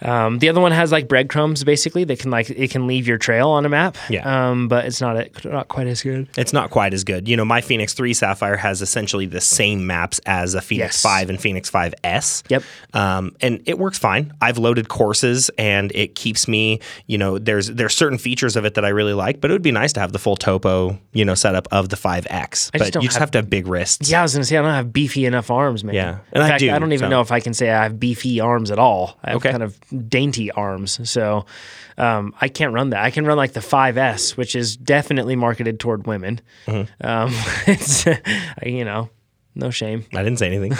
Speaker 1: Um, the other one has like breadcrumbs basically that can like it can leave your trail on a map.
Speaker 2: Yeah.
Speaker 1: Um, but it's not a, not quite as good.
Speaker 2: It's not quite as good. You know, my Phoenix 3 Sapphire has essentially the same maps as a Phoenix
Speaker 1: Yes.
Speaker 2: 5 and Phoenix 5S.
Speaker 1: Yep.
Speaker 2: Um, and it works fine. I've loaded courses and it keeps me, you know, there's there's certain features of it that I really like, but it would be nice to have the full topo, you know, setup of the 5X.
Speaker 1: just
Speaker 2: But
Speaker 1: don't
Speaker 2: you just
Speaker 1: have-
Speaker 2: have, to have big wrists.
Speaker 1: Yeah, I was gonna say I don't have beefy enough arms, man.
Speaker 2: Yeah.
Speaker 1: In
Speaker 2: And I
Speaker 1: fact,
Speaker 2: do,
Speaker 1: I don't even
Speaker 2: so-
Speaker 1: know if I can say I have beefy arms at all. I have
Speaker 2: Okay.
Speaker 1: kind of dainty arms, so um, I can't run that. I can run like the 5S, which is definitely marketed toward women.
Speaker 2: Mm-hmm.
Speaker 1: Um, it's, you know, no shame.
Speaker 2: I didn't say anything.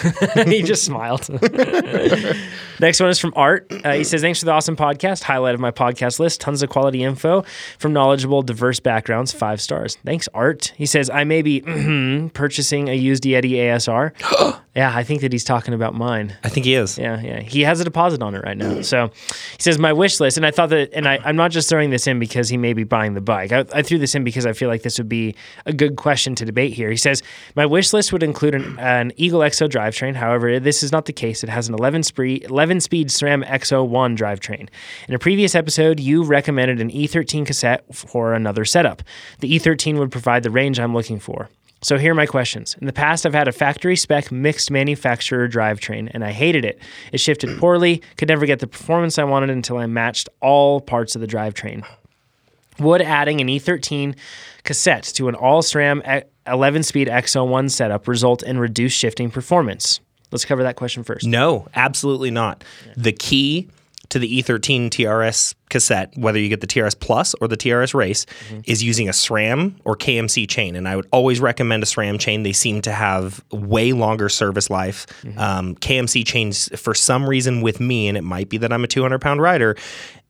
Speaker 1: he just smiled. Next one is from Art. Uh, he says, Thanks for the awesome podcast. Highlight of my podcast list. Tons of quality info from knowledgeable, diverse backgrounds. Five stars. Thanks, Art. He says, I may be purchasing a used Yeti ASR. Yeah, I think that he's talking about mine.
Speaker 2: I think he is.
Speaker 1: Yeah, yeah. He has a deposit on it right now. So he says, My wish list. And I thought that, and I, I'm not just throwing this in because he may be buying the bike. I, I threw this in because I feel like this would be a good question to debate here. He says, My wish list would include an, an Eagle XO drivetrain. However, this is not the case. It has an 11 spree, 11 speed SRAM XO1 drivetrain. In a previous episode, you recommended an E13 cassette for another setup. The E13 would provide the range I'm looking for. So here are my questions. In the past, I've had a factory spec mixed manufacturer drivetrain, and I hated it. It shifted poorly, could never get the performance I wanted until I matched all parts of the drivetrain. Would adding an E13 cassette to an E all SRAM 11 speed X01 setup result in reduced shifting performance? Let's cover that question first.
Speaker 2: No, absolutely not. The key to the E E13 TRS cassette, whether you get the TRS Plus or the TRS Race, is using a SRAM or KMC chain. And I would always recommend a SRAM chain. They seem to have way longer service life. Um, KMC chains, for some reason, with me, and it might be that I'm a 200 pound rider,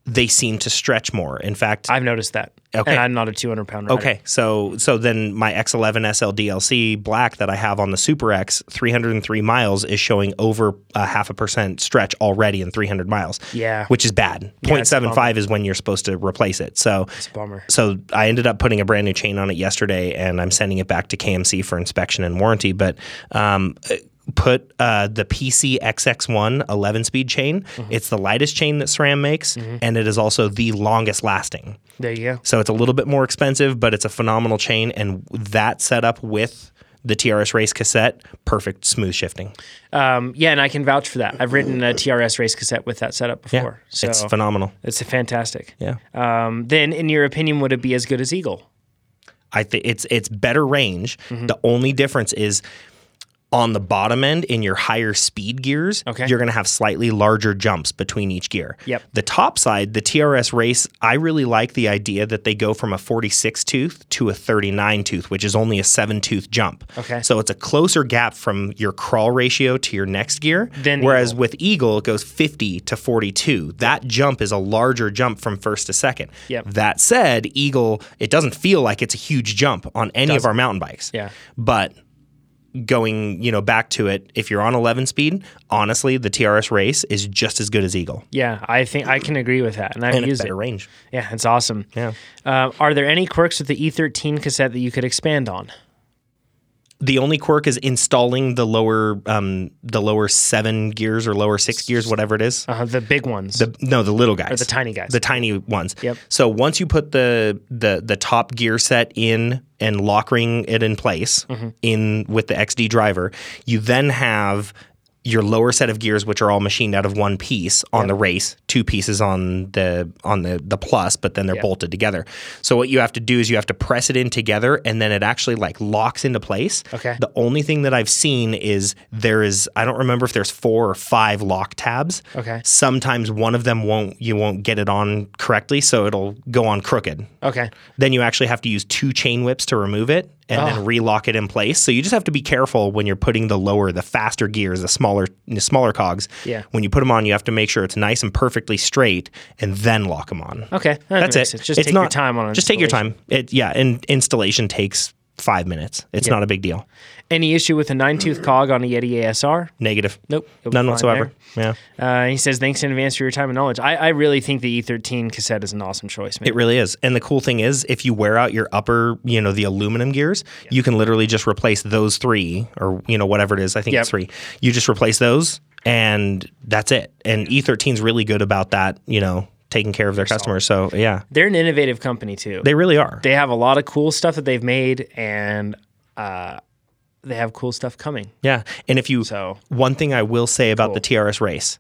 Speaker 2: they seem to stretch more. In fact,
Speaker 1: I've noticed that.
Speaker 2: Okay.
Speaker 1: And I'm not a 200 pound rider.
Speaker 2: Okay, so so then my X11 SLDLC black that I have on the Super X, 303 miles is showing over a half a percent stretch already in 300 miles.
Speaker 1: Yeah.
Speaker 2: which is bad.
Speaker 1: it's a
Speaker 2: 0.75 is when you're supposed to replace it. So
Speaker 1: It's a bummer.
Speaker 2: so I ended up putting a brand new chain on it yesterday, and I'm sending it back to KMC for inspection and warranty. But um, put uh, the PC XX1 11 speed chain.
Speaker 1: Mm-hmm.
Speaker 2: It's the lightest chain that SRAM makes, and it is also the longest lasting.
Speaker 1: There you go.
Speaker 2: So it's a little bit more expensive, but it's a phenomenal chain, and that setup with the TRS race cassette, perfect smooth shifting.
Speaker 1: Um, yeah, and I can vouch for that. I've written a TRS race cassette with that setup
Speaker 2: Yeah,
Speaker 1: before.
Speaker 2: it's phenomenal.
Speaker 1: It's fantastic.
Speaker 2: Yeah,
Speaker 1: Um, then, in your opinion, would it be as good as Eagle?
Speaker 2: I think it's it's better range.
Speaker 1: Mm-hmm.
Speaker 2: The only difference is on the bottom end in your higher speed gears,
Speaker 1: Okay.
Speaker 2: you're going to have slightly larger jumps between each gear.
Speaker 1: Yep.
Speaker 2: The top side, the TRS race, I really like the idea that they go from a 46 tooth to a 39 tooth, which is only a 7 tooth jump.
Speaker 1: Okay.
Speaker 2: So it's a closer gap from your crawl ratio to your next gear.
Speaker 1: Than
Speaker 2: whereas
Speaker 1: Eagle.
Speaker 2: with Eagle it goes 50 to 42. That jump is a larger jump from first to second.
Speaker 1: Yep.
Speaker 2: That said, Eagle, it doesn't feel like it's a huge jump on any of our mountain bikes.
Speaker 1: Yeah.
Speaker 2: But going, you know, back to it, if you're on 11 speed, honestly, the TRS race is just as good as Eagle
Speaker 1: Yeah, I think I can agree with that, and I've
Speaker 2: and it's
Speaker 1: used
Speaker 2: better
Speaker 1: it.
Speaker 2: range.
Speaker 1: Yeah, it's awesome.
Speaker 2: Yeah.
Speaker 1: Uh, are there any quirks with the E13 cassette that you could expand on?
Speaker 2: The only quirk is installing the lower um the lower 7 gears or lower 6 gears whatever it is.
Speaker 1: Uh, the big ones.
Speaker 2: The no, the little guys,
Speaker 1: the tiny guys.
Speaker 2: the tiny ones.
Speaker 1: Yep.
Speaker 2: So once you put the the the top gear set in and lock ring it in place
Speaker 1: Mm-hmm.
Speaker 2: in with the XD driver, you then have your lower set of gears, which are all machined out of one piece on the race, two pieces on the on the the plus, but then they're bolted together. So what you have to do is you have to press it in together, and then it actually like locks into place.
Speaker 1: Okay.
Speaker 2: The only thing that I've seen is there is I don't remember if there's four or five lock tabs.
Speaker 1: Okay.
Speaker 2: Sometimes one of them won't you won't get it on correctly, so it'll go on crooked.
Speaker 1: okay.
Speaker 2: Then you actually have to use two chain whips to remove it and
Speaker 1: Ah.
Speaker 2: then relock it in place. So you just have to be careful when you're putting the lower, the faster gears, the smaller the smaller cogs.
Speaker 1: Yeah.
Speaker 2: When you put them on, you have to make sure it's nice and perfectly straight and then lock them on.
Speaker 1: Okay, that
Speaker 2: That's
Speaker 1: makes
Speaker 2: it.
Speaker 1: sense. Just
Speaker 2: It's
Speaker 1: take your
Speaker 2: not-
Speaker 1: time on it.
Speaker 2: Just take your time. It yeah, and installation takes 5 minutes. It's not a big deal.
Speaker 1: Any issue with a nine tooth cog on a Yeti ASR?
Speaker 2: Negative.
Speaker 1: Nope. It'll be
Speaker 2: None
Speaker 1: fine
Speaker 2: whatsoever. Yeah.
Speaker 1: Uh, and he says, "Thanks in advance for your time and knowledge." I, I really think the E13 cassette is an awesome choice, man.
Speaker 2: It really is. And the cool thing is, if you wear out your upper, you know, the aluminum gears, you can literally just replace those three or, you know, whatever it is. I think
Speaker 1: Yep.
Speaker 2: it's three. You just replace those and that's it. And E13 is really good about that, you know, taking care of their customers. So, yeah,
Speaker 1: They're an innovative company too.
Speaker 2: they really are.
Speaker 1: they have a lot of cool stuff that they've made and uh, they have cool stuff coming
Speaker 2: yeah. And if you,
Speaker 1: So- Mm-hmm.
Speaker 2: one thing I will say about the TRS race,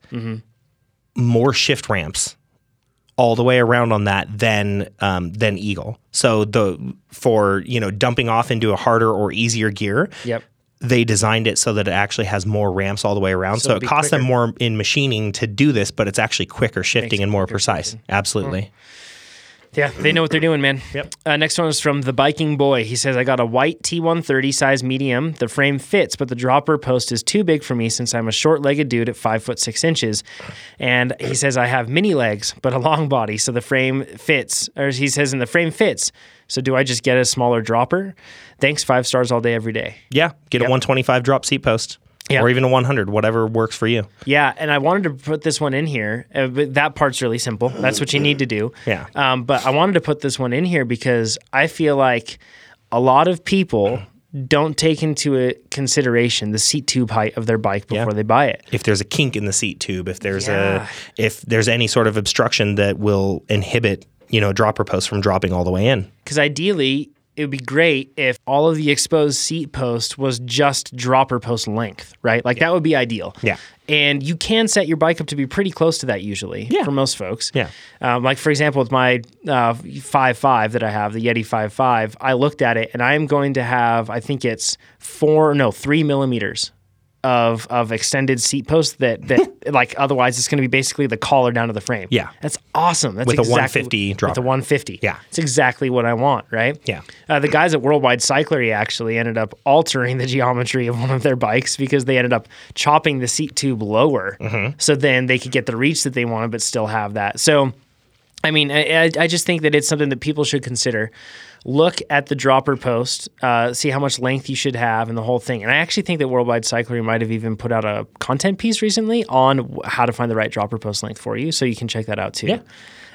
Speaker 2: more shift ramps all the way around on that than um, than Eagle. So the for you know dumping off into a harder or easier gear.
Speaker 1: Yep.
Speaker 2: They designed it so that it actually has more ramps all the way around. So,
Speaker 1: it'll
Speaker 2: it
Speaker 1: be
Speaker 2: costs them more in machining to do this, but it's actually quicker shifting and more precise. Absolutely.
Speaker 1: Hmm. yeah they know what they're doing man
Speaker 2: Yep.
Speaker 1: uh, next one is from the biking boy he says i got a white t130 size medium the frame fits but the dropper post is too big for me since i'm a short-legged dude at five foot six inches and he says i have mini legs but a long body so the frame fits or he says and the frame fits so do i just get a smaller dropper thanks five stars all day every day
Speaker 2: Yeah. Get a 125 drop seat post.
Speaker 1: Yeah.
Speaker 2: or even a 100, whatever works for you.
Speaker 1: Yeah, and I wanted to put this one in here, uh, but that part's really simple. That's what you need to do.
Speaker 2: Yeah.
Speaker 1: Um, but I wanted to put this one in here because I feel like a lot of people don't take into a consideration the seat tube height of their bike before they buy it.
Speaker 2: If there's a kink in the seat tube, if there's
Speaker 1: Yeah.
Speaker 2: a if there's any sort of obstruction that will inhibit you know a dropper post from dropping all the way in.
Speaker 1: Because ideally, it would be great if all of the exposed seat post was just dropper post length, right? Like that would be ideal.
Speaker 2: Yeah.
Speaker 1: And you can set your bike up to be pretty close to that usually
Speaker 2: Yeah.
Speaker 1: for most folks.
Speaker 2: Yeah.
Speaker 1: Um, like for example, with my uh, five five that I have, the Yeti five five, I looked at it and I am going to have, I think it's four, no, three millimeters of of extended seat post that that like otherwise it's going to be basically the collar down to the frame.
Speaker 2: Yeah.
Speaker 1: That's awesome. That's
Speaker 2: With a
Speaker 1: exactly,
Speaker 2: 150
Speaker 1: With
Speaker 2: dropper.
Speaker 1: a 150.
Speaker 2: Yeah.
Speaker 1: It's exactly what I want, right?
Speaker 2: Yeah.
Speaker 1: Uh, the guys at Worldwide Cyclery actually ended up altering the geometry of one of their bikes because they ended up chopping the seat tube lower.
Speaker 2: Mm-hmm.
Speaker 1: So then they could get the reach that they wanted, but still have that. So, I mean, I, I- I just think that it's something that people should consider. Look at the dropper post, uh, see how much length you should have, and the whole thing. And I actually think that Worldwide Cyclery might have even put out a content piece recently on w- how to find the right dropper post length for you, so you can check that out too.
Speaker 2: Yeah.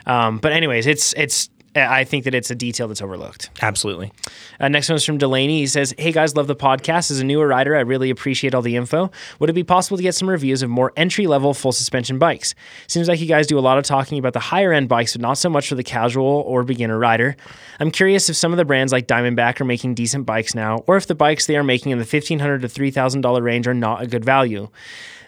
Speaker 1: Um, but anyways, it's it's. I think that it's a detail that's overlooked.
Speaker 2: Absolutely.
Speaker 1: Uh, next one's from Delaney. He says, Hey guys, love the podcast. As a newer rider, I really appreciate all the info. Would it be possible to get some reviews of more entry level full suspension bikes? Seems like you guys do a lot of talking about the higher end bikes, but not so much for the casual or beginner rider. I'm curious if some of the brands like Diamondback are making decent bikes now, or if the bikes they are making in the $1,500 to $3,000 range are not a good value.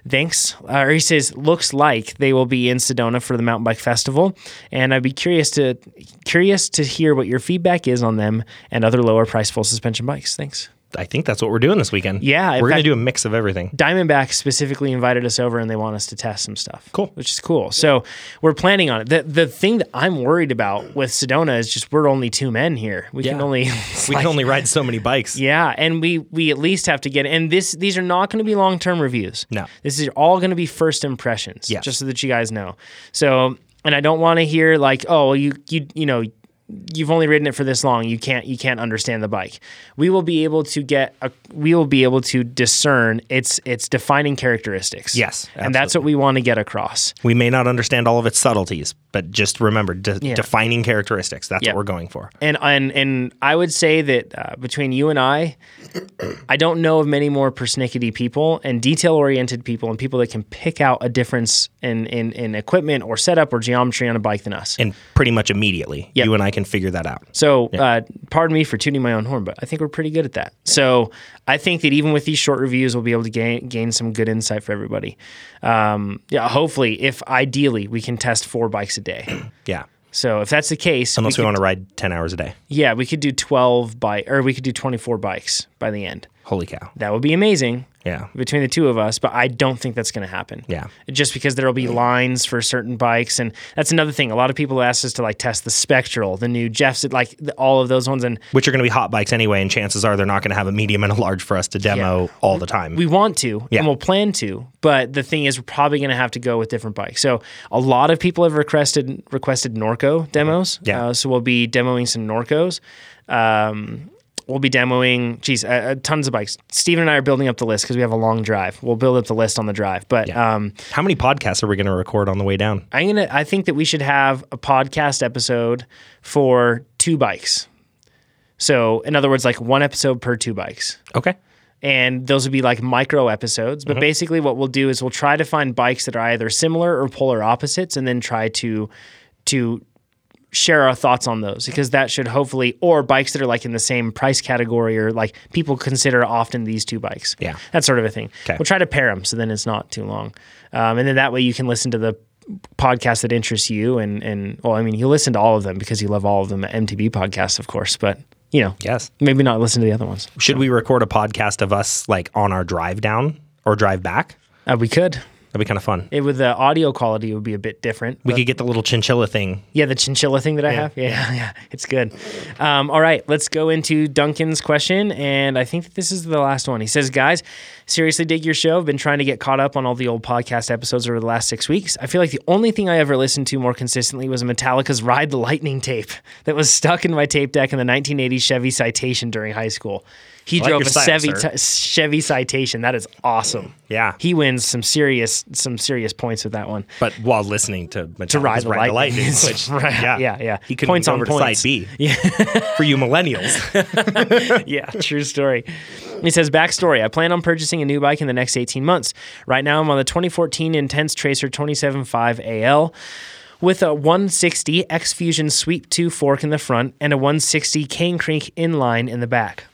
Speaker 1: Thanks. Uh, or he says, looks like they will be in Sedona for the mountain bike festival, and I'd be curious to curious to hear what your feedback is on them and other lower price full suspension bikes. Thanks.
Speaker 2: I think that's what we're doing this weekend.
Speaker 1: Yeah, in
Speaker 2: We're going to
Speaker 1: fact-
Speaker 2: do a mix of everything.
Speaker 1: Diamondback specifically invited us over and they want us to test some stuff.
Speaker 2: Cool.
Speaker 1: Which is cool. So we're planning on it. The the thing that I'm worried about with Sedona is just we're only two men here. We can
Speaker 2: Yeah.
Speaker 1: only
Speaker 2: We can only ride so many bikes.
Speaker 1: Yeah, and we we at least have to get and this these are not going to be long term reviews.
Speaker 2: No.
Speaker 1: this is all going to be first impressions.
Speaker 2: Yes.
Speaker 1: just so that you guys know. So, and I don't want to hear like, oh, you you you know, you've only ridden it for this long. You can't you can't understand the bike. We will be able to get a, we will be able to discern its its defining characteristics.
Speaker 2: Yes,
Speaker 1: and that's what we want to get across.
Speaker 2: We may not understand all of its subtleties, but just remember de-
Speaker 1: Yeah.
Speaker 2: defining characteristics. That's
Speaker 1: Yeah.
Speaker 2: what we're going for.
Speaker 1: and and and I would say that uh, between you and I, I don't know of many more persnickety people and detail oriented people and people that can pick out a difference in, in in equipment or setup or geometry on a bike than us.
Speaker 2: And pretty much immediately,
Speaker 1: Yep.
Speaker 2: you and I can figure that out.
Speaker 1: so, uh, pardon me for tooting my own horn, but I think we're pretty good at that. So, I think that even with these short reviews, we'll be able to gain gain some good insight for everybody. Um, yeah, hopefully, if ideally we can test four bikes a day.
Speaker 2: Yeah.
Speaker 1: So, if that's the case,
Speaker 2: Unless we,
Speaker 1: could-
Speaker 2: want to ride 10 hours a day.
Speaker 1: yeah, we could do twelve bike or we could do twenty four bikes by the end.
Speaker 2: Holy cow.
Speaker 1: That would be amazing.
Speaker 2: Yeah.
Speaker 1: Between the two of us, but I don't think that's going to happen.
Speaker 2: Yeah.
Speaker 1: Just because there'll be lines for certain bikes, and that's another thing. A lot of people ask us to like test the Spectral, the new Jeff's, like the, all of those ones, and
Speaker 2: Which are going to be hot bikes anyway, and chances are they're not going to have a medium and a large for us to demo all the time.
Speaker 1: we want to,
Speaker 2: Yeah.
Speaker 1: and we'll plan to. But the thing is, we're probably going to have to go with different bikes. So a lot of people have requested requested Norco demos.
Speaker 2: Yeah.
Speaker 1: Uh, so we'll be demoing some Norcos. Um, we'll be demoing, geez, uh, uh, tons of bikes. Steven and I are building up the list because we have a long drive. We'll build up the list on the drive, but. Um,
Speaker 2: How many podcasts are we going to record on the way down?
Speaker 1: I'm gonna. I think that we should have a podcast episode for two bikes. So, in other words, like one episode per two bikes,
Speaker 2: Okay.
Speaker 1: and those would be like micro episodes. But basically, what we'll do is we'll try to find bikes that are either similar or polar opposites, and then try to to share our thoughts on those because that should hopefully or bikes that are like in the same price category or like people consider often these two bikes
Speaker 2: Yeah.
Speaker 1: that sort of a thing
Speaker 2: 'Kay.
Speaker 1: we'll try to pair them so then it's not too long um, and then that way you can listen to the podcast that interests you and and well i mean you listen to all of them because you love all of them mtb podcasts of course but you know
Speaker 2: Yes.
Speaker 1: maybe not listen to the other ones
Speaker 2: Should we record a podcast of us like on our drive down or drive back?
Speaker 1: uh, we could
Speaker 2: That'd be kind of fun.
Speaker 1: it with the audio quality would be a bit different
Speaker 2: we
Speaker 1: but-
Speaker 2: could get the little chinchilla thing.
Speaker 1: Yeah, the chinchilla thing that I have. Yeah, yeah, it's good. Um, all right, let's go into Duncan's question, and I think that this is the last one. He says, "Guys, Seriously, dig your show. I've been trying to get caught up on all the old podcast episodes over the last six weeks. I feel like the only thing I ever listened to more consistently was Metallica's Ride the Lightning tape that was stuck in my tape deck in the 1980 Chevy Citation during high school. He
Speaker 2: like
Speaker 1: drove
Speaker 2: your
Speaker 1: a
Speaker 2: style,
Speaker 1: Chevy,
Speaker 2: sir.
Speaker 1: ti- Chevy Citation. That is awesome.
Speaker 2: Yeah.
Speaker 1: He wins some serious some serious points with that one.
Speaker 2: But while listening to Metallica's
Speaker 1: To ride the
Speaker 2: Ride the
Speaker 1: lightning.
Speaker 2: Lightning, which,
Speaker 1: Right.
Speaker 2: yeah,
Speaker 1: Yeah, yeah.
Speaker 2: he could
Speaker 1: Points
Speaker 2: points
Speaker 1: on
Speaker 2: over to
Speaker 1: points.
Speaker 2: side B. for you millennials.
Speaker 1: yeah, true story. He says, backstory. I plan on purchasing a new bike in the next 18 months. Right now, I'm on the 2014 Intense Tracer 27.5 AL with a 160 X Fusion Sweep 2 fork in the front and a 160 Cane Creek inline in the back.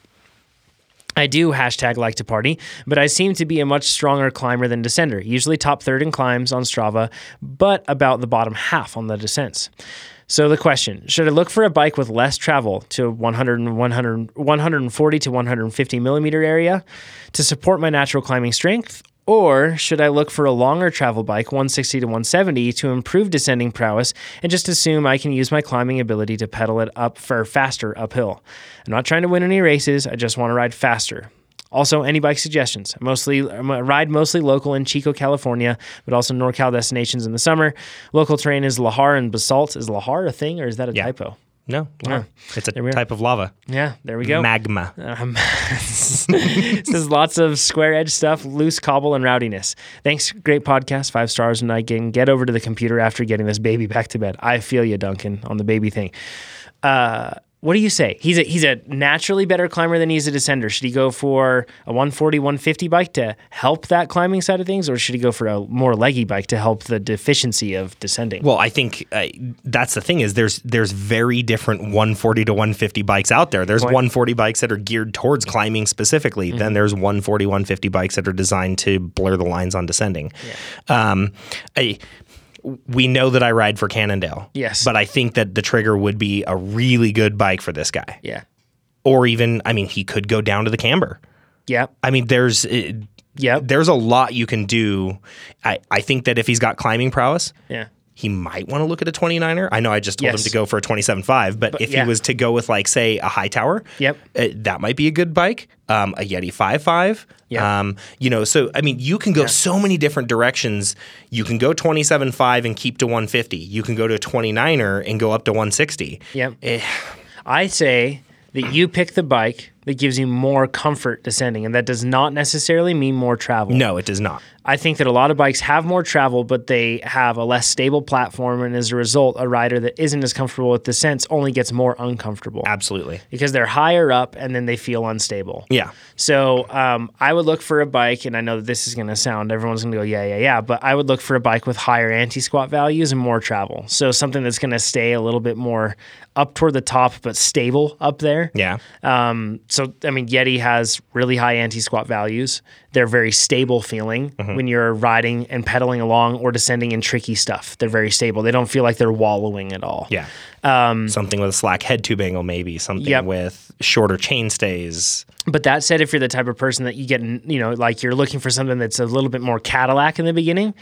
Speaker 1: I do hashtag like to party, but I seem to be a much stronger climber than descender, usually top third in climbs on Strava, but about the bottom half on the descents. So the question, should I look for a bike with less travel to 100 and 100, 140 to 150 millimeter area to support my natural climbing strength? Or should I look for a longer travel bike, 160 to 170, to improve descending prowess and just assume I can use my climbing ability to pedal it up for faster uphill? I'm not trying to win any races, I just want to ride faster. Also, any bike suggestions? Mostly I ride mostly local in Chico, California, but also NorCal destinations in the summer. Local terrain is lahar and basalt. Is lahar a thing or is that a typo?
Speaker 2: No,
Speaker 1: Yeah.
Speaker 2: it's a
Speaker 1: we are.
Speaker 2: type of lava,
Speaker 1: Yeah, there we go.
Speaker 2: magma.
Speaker 1: Um, it says lots of square edge stuff, loose cobble, and rowdiness. Thanks, great podcast, five stars, and I can get over to the computer after getting this baby back to bed. I feel you, Duncan, on the baby thing. Uh, what do you say? He's a he's a naturally better climber than he's a descender. Should he go for a 140, 150 bike to help that climbing side of things, or should he go for a more leggy bike to help the deficiency of descending?
Speaker 2: Well, I think uh, that's the thing is there's there's very different 140 to 150 bikes out there. There's 140 bikes that are geared towards climbing specifically.
Speaker 1: Mm-hmm.
Speaker 2: Then there's 140 150 bikes that are designed to blur the lines on descending. Um, I, we know that I ride for Cannondale.
Speaker 1: Yes.
Speaker 2: but I think that the Trigger would be a really good bike for this guy.
Speaker 1: yeah,
Speaker 2: Or even, I mean, he could go down to the Camber.
Speaker 1: yep,
Speaker 2: I mean, there's. It,
Speaker 1: yep,
Speaker 2: there's a lot you can do. I, I think that if he's got climbing prowess,
Speaker 1: yeah.
Speaker 2: he might want to look at a 29er. I know I just told
Speaker 1: Yes.
Speaker 2: him to go for a 27.5, but, if
Speaker 1: yeah.
Speaker 2: he was to go with like say a high tower,
Speaker 1: Yep.
Speaker 2: uh, that might be a good bike. Um, a Yeti 5.5.
Speaker 1: Yeah.
Speaker 2: Um, you know, so I mean, you can go so many different directions. You can go 27.5 and keep to 150. You can go to a 29er and go up to 160.
Speaker 1: Yep.
Speaker 2: Eh,
Speaker 1: I say that you pick the bike that gives you more comfort descending, and that does not necessarily mean more travel.
Speaker 2: no, it does not.
Speaker 1: I think that a lot of bikes have more travel, but they have a less stable platform, and as a result, a rider that isn't as comfortable with descents only gets more uncomfortable
Speaker 2: Absolutely.
Speaker 1: because they're higher up and then they feel unstable.
Speaker 2: Yeah.
Speaker 1: So um, I would look for a bike, and I know that this is going to sound, everyone's going to go, yeah, yeah, yeah, but I would look for a bike with higher anti squat values and more travel. So something that's going to stay a little bit more up toward the top, but stable up there.
Speaker 2: Yeah.
Speaker 1: Um, so, I mean, Yeti has really high anti squat values. They're very stable feeling when you're riding and pedaling along or descending in tricky stuff. They're very stable. They don't feel like they're wallowing at all.
Speaker 2: Yeah. something with a slack head tube angle, maybe something
Speaker 1: Um, Yep.
Speaker 2: with shorter chain stays.
Speaker 1: But that said, if you're the type of person that you get, in- you know, like you're looking for something that's a little bit more Cadillac in the beginning,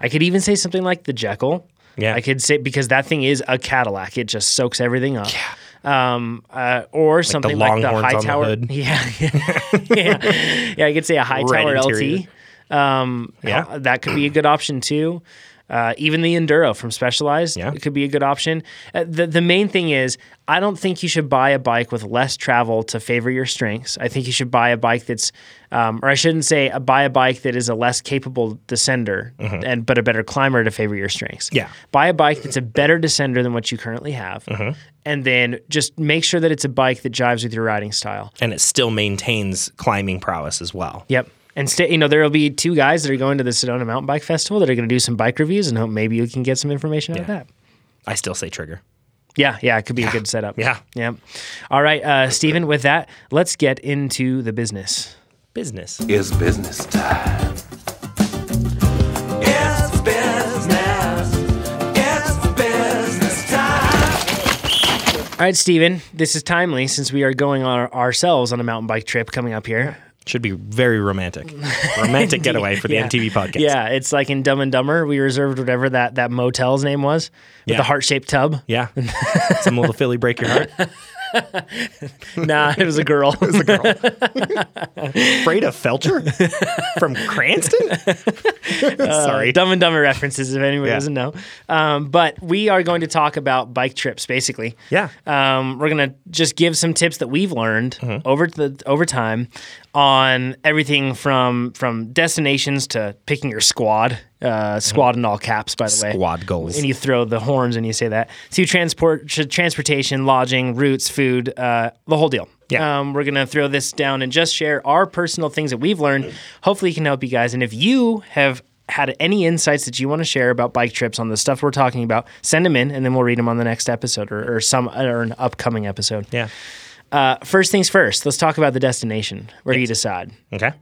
Speaker 1: I could even say something like the Jekyll.
Speaker 2: Mm-hmm. Yeah.
Speaker 1: I could say because that thing is a Cadillac. It just soaks everything up. Yeah. Um, uh, or something like the
Speaker 2: Longhorns on
Speaker 1: high
Speaker 2: the
Speaker 1: tower.
Speaker 2: hood.
Speaker 1: Yeah, yeah, yeah. I could say a high
Speaker 2: Red
Speaker 1: tower
Speaker 2: interior.
Speaker 1: LT. Um,
Speaker 2: Yeah.
Speaker 1: uh, that could be a good option too. Uh, even the Enduro from Specialized
Speaker 2: Yeah.
Speaker 1: it could be a good option. Uh, the the main thing is, I don't think you should buy a bike with less travel to favor your strengths. I think you should buy a bike that's, um, or I shouldn't say, uh, buy a bike that is a less capable descender and but a better climber to favor your strengths.
Speaker 2: Mm-hmm. Yeah.
Speaker 1: buy a bike that's a better descender than what you currently have,
Speaker 2: Mm-hmm.
Speaker 1: and then just make sure that it's a bike that jives with your riding style.
Speaker 2: and it still maintains climbing prowess as well.
Speaker 1: Yep. And stay, you know, there will be two guys that are going to the Sedona Mountain Bike Festival that are going to do some bike reviews, and hope maybe you can get some information out of
Speaker 2: Yeah.
Speaker 1: that.
Speaker 2: I still say trigger.
Speaker 1: Yeah, yeah, it could be a good setup.
Speaker 2: Yeah.
Speaker 1: Yep. All right, uh, Stephen, with that, let's get into the business.
Speaker 2: Business.
Speaker 5: Is business time.
Speaker 1: All right, Stephen, this is timely since we are going on ourselves on a mountain bike trip coming up here.
Speaker 2: Should be very romantic. Romantic getaway for the
Speaker 1: Yeah.
Speaker 2: MTV podcast.
Speaker 1: Yeah, it's like in Dumb and Dumber, we reserved whatever that, that motel's name was with
Speaker 2: Yeah.
Speaker 1: the heart shaped tub.
Speaker 2: Yeah. Some little Philly break your heart.
Speaker 1: nah, it was a girl.
Speaker 2: It's a girl. Freda Felcher from Cranston?
Speaker 1: Uh,
Speaker 2: Sorry.
Speaker 1: Dumb and Dumber references, if anybody
Speaker 2: Yeah.
Speaker 1: doesn't know. Um, but we are going to talk about bike trips, basically.
Speaker 2: Yeah.
Speaker 1: Um, we're gonna just give some tips that we've learned over the over time on everything from from destinations to picking your squad, uh, squad in all caps, by the way.
Speaker 2: Squad goals.
Speaker 1: And you throw the horns and you say that to transport, to transportation, lodging, routes, food, uh, the whole deal.
Speaker 2: Yeah.
Speaker 1: Um, we're gonna throw this down and just share our personal things that we've learned. Hopefully, it can help you guys. And if you have had any insights that you want to share about bike trips on the stuff we're talking about, send them in, and then we'll read them on the next episode or, or some or an upcoming episode.
Speaker 2: yeah.
Speaker 1: Uh, first things first, let's talk about the destination. Where do you decide?
Speaker 2: Okay.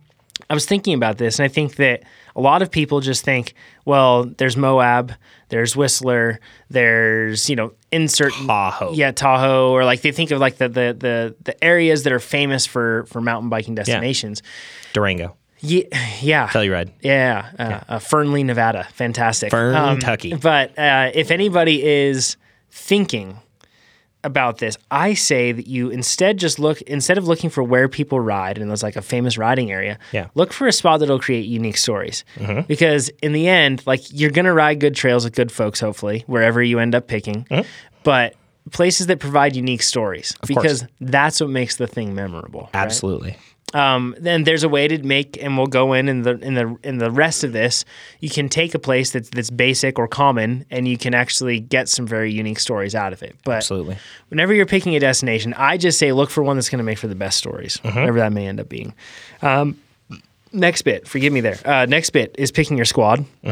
Speaker 1: I was thinking about this, and I think that a lot of people just think, well, there's Moab, there's Whistler, there's you know, insert
Speaker 2: Tahoe.
Speaker 1: yeah, Tahoe, or like they think of like the the the, the areas that are famous for for mountain biking destinations.
Speaker 2: Durango.
Speaker 1: Yeah, yeah,
Speaker 2: Telluride.
Speaker 1: yeah, uh, Uh, Fernley, Nevada, fantastic, Um,
Speaker 2: Ferntucky.
Speaker 1: but uh, if anybody is thinking about this, I say that you instead just look instead of looking for where people ride and there's like a famous riding area.
Speaker 2: Yeah.
Speaker 1: Look for a spot that'll create unique stories because in the end, like you're gonna ride good trails with good folks, hopefully wherever you end up picking, but places that provide unique stories because that's what makes the thing memorable. right?
Speaker 2: Absolutely.
Speaker 1: um, then there's a way to make, and we'll go in in the in the in the rest of this. You can take a place that's that's basic or common, and you can actually get some very unique stories out of it. But
Speaker 2: Absolutely.
Speaker 1: whenever you're picking a destination, I just say look for one that's going to make for the best stories,
Speaker 2: Mm-hmm.
Speaker 1: whatever that may end up being. Um, next bit, forgive me there. Uh, next bit is picking your squad. Uh,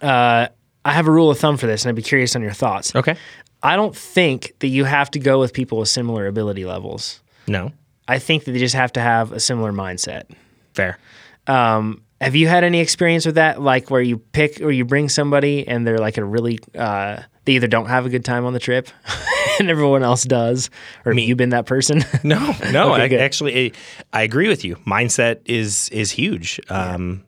Speaker 2: Mm-hmm.
Speaker 1: I have a rule of thumb for this, and I'd be curious on your thoughts.
Speaker 2: Okay.
Speaker 1: I don't think that you have to go with people with similar ability levels.
Speaker 2: No.
Speaker 1: I think that they just have to have a similar mindset.
Speaker 2: Fair.
Speaker 1: Um, have you had any experience with that? Like where you pick or you bring somebody and they're like a really, uh, they either don't have a good time on the trip and everyone else does, or have you been that person?
Speaker 2: No, no.
Speaker 1: Okay,
Speaker 2: I,
Speaker 1: good.
Speaker 2: actually, I, I agree with you. Mindset is is huge. Um,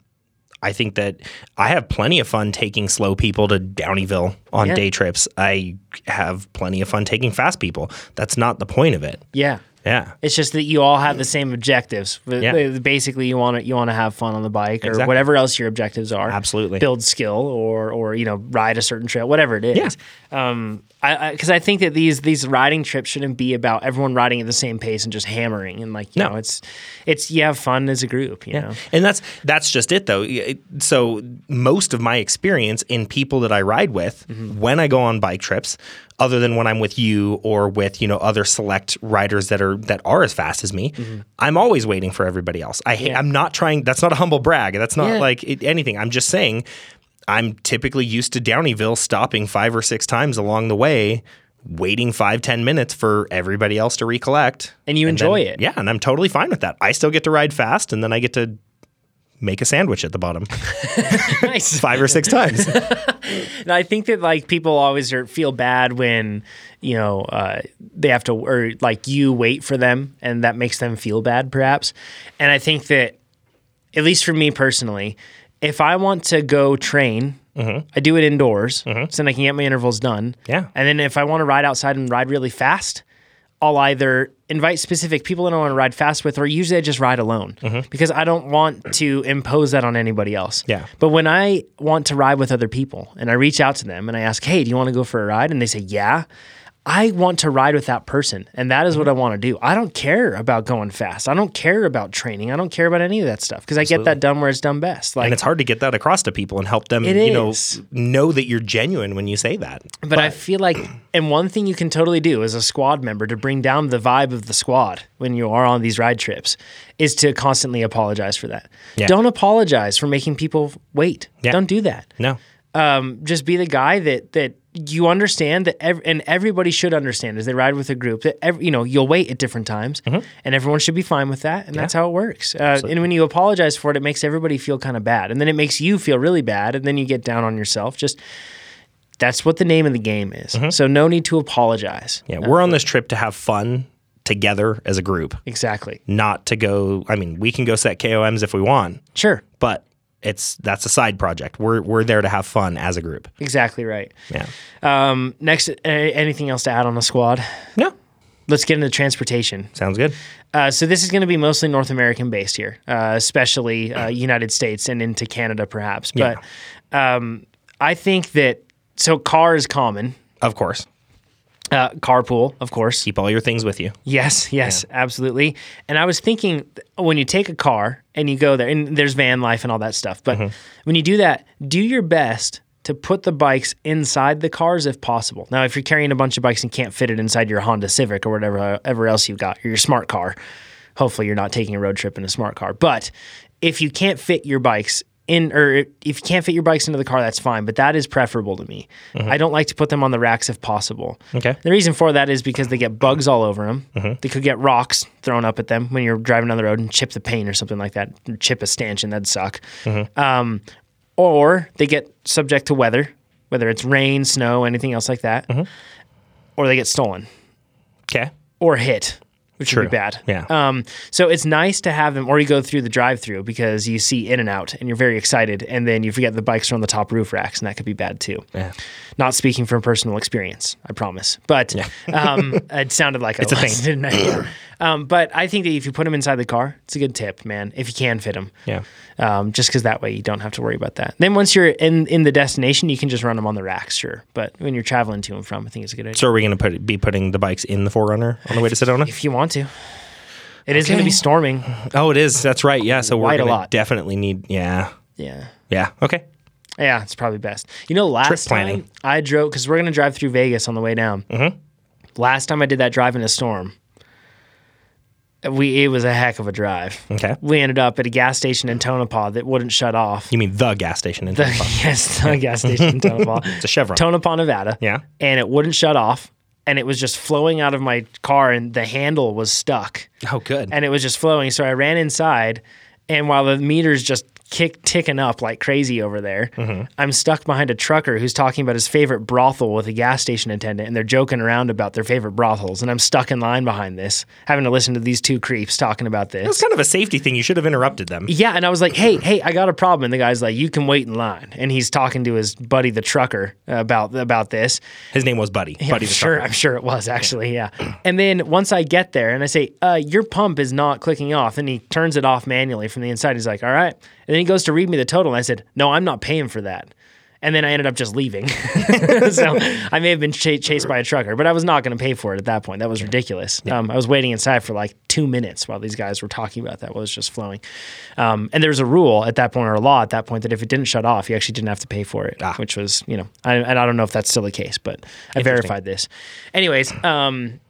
Speaker 2: I think that I have plenty of fun taking slow people to Downeyville on
Speaker 1: Yeah.
Speaker 2: day trips. I have plenty of fun taking fast people. That's not the point of it.
Speaker 1: yeah.
Speaker 2: Yeah.
Speaker 1: It's just that you all have the same objectives. But
Speaker 2: Yeah.
Speaker 1: Basically, you want to you want to have fun on the bike or
Speaker 2: Exactly.
Speaker 1: whatever else your objectives are.
Speaker 2: Absolutely.
Speaker 1: build skill or or you know ride a certain trail, whatever it is. Yeah. Um, I because I, think that these these riding trips shouldn't be about everyone riding at the same pace and just hammering and like you
Speaker 2: No.
Speaker 1: know it's it's you have fun as a group. You know.
Speaker 2: And that's that's just it though. Y- So most of my experience in people that I ride with when I go on bike trips, other than when I'm with you or with you know other select riders that are that are as fast as me, I'm always waiting for everybody else. I ha- I'm not trying. That's not a humble brag. That's not
Speaker 1: Yeah.
Speaker 2: like it, anything. I'm just saying. I'm typically used to Downeyville stopping five or six times along the way, waiting five ten minutes for everybody else to recollect.
Speaker 1: And you
Speaker 2: then-
Speaker 1: enjoy it.
Speaker 2: Yeah, and I'm totally fine with that. I still get to ride fast, and then I get to make a sandwich at the bottom
Speaker 1: nice.
Speaker 2: five or six times.
Speaker 1: And I think that like people always are, feel bad when you know uh, they have to or like you wait for them, and that makes them feel bad, perhaps. And I think that, at least for me personally, if I want to go train. I do it indoors, so then I can get my intervals done.
Speaker 2: Mm-hmm. Yeah.
Speaker 1: and then if I want to ride outside and ride really fast, I'll either invite specific people that I want to ride fast with, or usually I just ride alone because I don't want to impose that on anybody else.
Speaker 2: Mm-hmm. Yeah.
Speaker 1: But when I want to ride with other people and I reach out to them and I ask, hey, do you want to go for a ride? And they say, yeah. I want to ride with that person, and that is what
Speaker 2: Mm-hmm.
Speaker 1: I want to do. I don't care about going fast. I don't care about training. I don't care about any of that stuff because I get that done where it's done best. Like
Speaker 2: and it's hard to get that across to people and help them,
Speaker 1: It
Speaker 2: you know,
Speaker 1: is.
Speaker 2: know that you're genuine when you say that.
Speaker 1: but I feel like, and one thing you can totally do as a squad member to bring down the vibe of the squad when you are on these ride trips is to constantly apologize for that.
Speaker 2: Yeah.
Speaker 1: Don't apologize for making people wait.
Speaker 2: Yeah.
Speaker 1: Don't do that.
Speaker 2: No.
Speaker 1: Um, just be the guy that that you understand that, ev- and everybody should understand as they ride with a group that ev- you know you'll wait at different times, and everyone should be fine with that, and that's how it works. Uh, and when you apologize for it, it makes everybody feel kind of bad, and then it makes you feel really bad, and then you get down on yourself. Just that's what the name of the game is. So no need to apologize.
Speaker 2: Yeah, we're on this trip to have fun together as a group,
Speaker 1: Exactly.
Speaker 2: not to go. I mean, we can go set KOMs if we want,
Speaker 1: Sure.
Speaker 2: but it's that's a side project. We're we're there to have fun as a group.
Speaker 1: Exactly right.
Speaker 2: Yeah.
Speaker 1: Um, next, a- anything else to add on the squad?
Speaker 2: No.
Speaker 1: Let's get into transportation.
Speaker 2: Sounds good.
Speaker 1: Uh, so this is going to be mostly North American based here, uh, especially uh, United States and into Canada perhaps. But um, I think that so car is common.
Speaker 2: Of course.
Speaker 1: Uh, carpool, of course.
Speaker 2: Keep all your things with you.
Speaker 1: Yes, yes, absolutely. And I was thinking when you take a car and you go there, and there's van life and all that stuff, but when you do that, do your best to put the bikes inside the cars if possible. Now, if you're carrying a bunch of bikes and can't fit it inside your Honda Civic or whatever ever else you got, or your smart car, hopefully you're not taking a road trip in a smart car. But if you can't fit your bikes in, or if you can't fit your bikes into the car, that's fine. But that is preferable to me. I don't like to put them on the racks if possible.
Speaker 2: Okay.
Speaker 1: The reason for that is because they get bugs all over them.
Speaker 2: Uh-huh.
Speaker 1: They could get rocks thrown up at them when you're driving down the road and chip the paint or something like that. Chip a stanchion, that'd suck.
Speaker 2: Uh-huh.
Speaker 1: Um, or they get subject to weather, whether it's rain, snow, anything else like that.
Speaker 2: Uh-huh.
Speaker 1: Or they get stolen
Speaker 2: Okay.
Speaker 1: or hit, which would
Speaker 2: True.
Speaker 1: be bad.
Speaker 2: Yeah.
Speaker 1: Um, so it's nice to have them, or you go through the drive-through because you see in and out, and you're very excited, and then you forget the bikes are on the top roof racks, and that could be bad too.
Speaker 2: Yeah.
Speaker 1: Not speaking from personal experience, I promise, but um, it sounded like it's
Speaker 2: a thing.
Speaker 1: didn't I? um, but I think that if you put them inside the car, it's a good tip, man. If you can fit them,
Speaker 2: Yeah.
Speaker 1: um, just because that way you don't have to worry about that. Then once you're in in the destination, you can just run them on the racks, sure. But when you're traveling to and from, I think it's a good idea.
Speaker 2: So are we going to put be putting the bikes in the Forerunner on the way to Sedona?
Speaker 1: if you want to. it is going to be storming.
Speaker 2: Oh, it is. That's right. Yeah. So we're
Speaker 1: Quite a
Speaker 2: going to
Speaker 1: lot.
Speaker 2: definitely need. Yeah.
Speaker 1: Yeah.
Speaker 2: Yeah. Okay.
Speaker 1: Yeah, it's probably best. You know, last
Speaker 2: planning.
Speaker 1: time I drove, because we're going to drive through Vegas on the way down. Mm-hmm. Last time I did that drive in a storm, we it was a heck of a drive.
Speaker 2: Okay.
Speaker 1: We ended up at a gas station in Tonopah that wouldn't shut off.
Speaker 2: You mean the gas station in Tampa?
Speaker 1: yes, the gas station in Tonopah.
Speaker 2: It's a Chevron.
Speaker 1: Tonopah, Nevada.
Speaker 2: Yeah.
Speaker 1: And it wouldn't shut off. And it was just flowing out of my car, and the handle was stuck.
Speaker 2: oh, good.
Speaker 1: and it was just flowing. So I ran inside, and while the meter's just kick ticking up like crazy over there, I'm stuck behind a trucker who's talking about his favorite brothel with a gas station attendant, and they're joking around about their favorite brothels, and I'm stuck in line behind this, having to listen to these two creeps talking about this.
Speaker 2: it's kind of a safety thing. You should have interrupted them.
Speaker 1: Yeah, and I was like, "Hey, hey, I got a problem." And the guy's like, "You can wait in line." And he's talking to his buddy, the trucker, about about this,
Speaker 2: His name was Buddy.
Speaker 1: yeah,
Speaker 2: Buddy
Speaker 1: I'm
Speaker 2: the
Speaker 1: sure.
Speaker 2: trucker.
Speaker 1: I'm sure it was actually. Yeah. And then once I get there and I say, uh, "Your pump is not clicking off," and he turns it off manually from the inside. He's like, "All right," and then he goes to read me the total. And I said, "No, I'm not paying for that." And then I ended up just leaving. so I may have been cha- chased by a trucker, but I was not going to pay for it at that point. That was ridiculous. Um, I was waiting inside for like two minutes while these guys were talking about that. What was just flowing. Um, and there was a rule at that point, or a law at that point, that if it didn't shut off, you actually didn't have to pay for it, which was, you know, I, and I don't know if that's still the case, but I verified this. Anyways, um,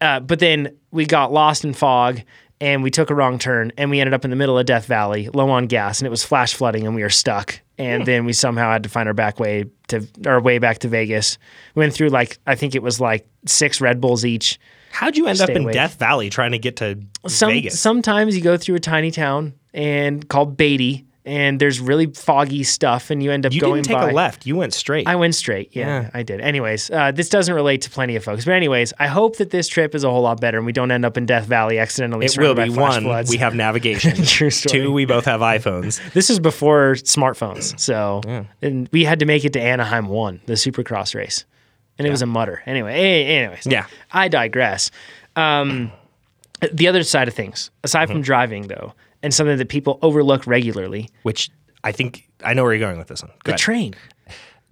Speaker 1: uh, but then we got lost in fog and we took a wrong turn and we ended up in the middle of Death Valley, low on gas, and it was flash flooding and we were stuck. And then we somehow had to find our back way to our way back to Vegas. Went through like I think it was like six Red Bulls each.
Speaker 2: How'd you end up
Speaker 1: Stay
Speaker 2: in
Speaker 1: awake.
Speaker 2: Death Valley trying to get to
Speaker 1: Some
Speaker 2: Vegas?
Speaker 1: sometimes you go through a tiny town and called Beatty and there's really foggy stuff and you end up
Speaker 2: you
Speaker 1: going
Speaker 2: didn't take
Speaker 1: by.
Speaker 2: a left. You went straight.
Speaker 1: I went straight. Yeah, I did. Anyways, uh, this doesn't relate to plenty of folks, but anyways, I hope that this trip is a whole lot better and we don't end up in Death Valley accidentally.
Speaker 2: it will
Speaker 1: surrounded
Speaker 2: be
Speaker 1: by flash
Speaker 2: one.
Speaker 1: floods.
Speaker 2: We have navigation.
Speaker 1: True story.
Speaker 2: Two. We both have iPhones.
Speaker 1: This is before smartphones, so and we had to make it to Anaheim one, the Supercross race, and it was a mutter. Anyway, a- anyways,
Speaker 2: Yeah.
Speaker 1: I digress. Um, the other side of things, aside
Speaker 2: Mm-hmm.
Speaker 1: from driving though, and something that people overlook regularly,
Speaker 2: which I think I know where you're going with this one.
Speaker 1: the
Speaker 2: Go ahead.
Speaker 1: train.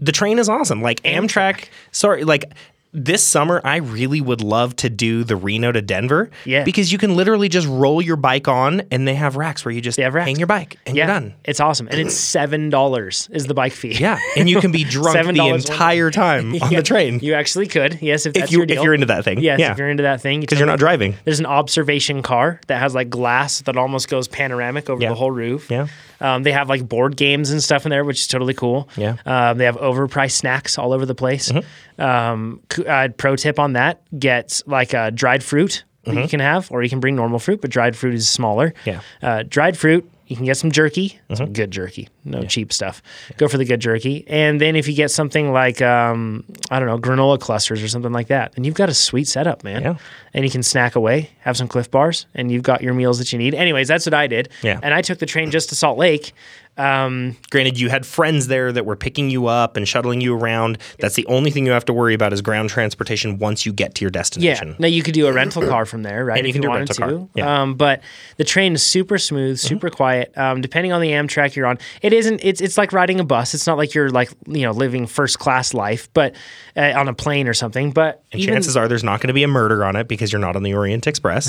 Speaker 2: the train is awesome. Like Amtrak. Sorry, like this summer, I really would love to do the Reno to Denver.
Speaker 1: Yeah.
Speaker 2: because you can literally just roll your bike on, and they have racks where you just
Speaker 1: have racks.
Speaker 2: hang your bike, and
Speaker 1: Yeah,
Speaker 2: you're done.
Speaker 1: it's awesome, and it's seven dollars is the bike fee.
Speaker 2: Yeah, and you can be drunk
Speaker 1: Seven
Speaker 2: the
Speaker 1: dollars one-
Speaker 2: entire time on
Speaker 1: Yeah,
Speaker 2: the train
Speaker 1: You actually could, yes, if,
Speaker 2: if
Speaker 1: that's
Speaker 2: you
Speaker 1: your
Speaker 2: if
Speaker 1: deal.
Speaker 2: you're into that thing.
Speaker 1: Yes,
Speaker 2: yeah,
Speaker 1: if you're into that thing,
Speaker 2: because you're not driving.
Speaker 1: There's an observation car that has like glass that almost goes panoramic over
Speaker 2: Yeah.
Speaker 1: the whole roof.
Speaker 2: Yeah.
Speaker 1: Um, they have like board games and stuff in there, which is totally cool.
Speaker 2: Yeah. Mm-hmm.
Speaker 1: Um, they have overpriced snacks all over the place. Um, c- uh, pro tip on that get like uh, dried fruit that you can have, or you can bring normal fruit, but dried fruit is smaller.
Speaker 2: Mm-hmm. Yeah. Mm-hmm.
Speaker 1: Uh, dried fruit, you can get some jerky, some good jerky, no cheap stuff. Go for the good jerky. And then if you get something like um, I don't know, granola clusters or something like that, then you've got a sweet setup, man.
Speaker 2: Yeah.
Speaker 1: And you can snack away, have some Cliff Bars, and you've got your meals that you need. Anyways, that's what I did.
Speaker 2: Yeah.
Speaker 1: And I took the train just to Salt Lake.
Speaker 2: Granted, you had friends there that were picking you up and shuttling you around. That's the only thing you have to worry about is ground transportation once you get to your destination.
Speaker 1: Yeah. Now you could do a rental car from there, right?
Speaker 2: And you
Speaker 1: if
Speaker 2: can do a
Speaker 1: wanted
Speaker 2: rental car,
Speaker 1: to.
Speaker 2: yeah. Mm-hmm.
Speaker 1: Um, but the train is super smooth, super quiet. Um, depending on the Amtrak you're on, it isn't. It's it's like riding a bus. It's not like you're like you know living first class life, but uh, on a plane or something. But
Speaker 2: And
Speaker 1: even-
Speaker 2: chances are there's not going to be a murder on it because you're not on the Orient Express.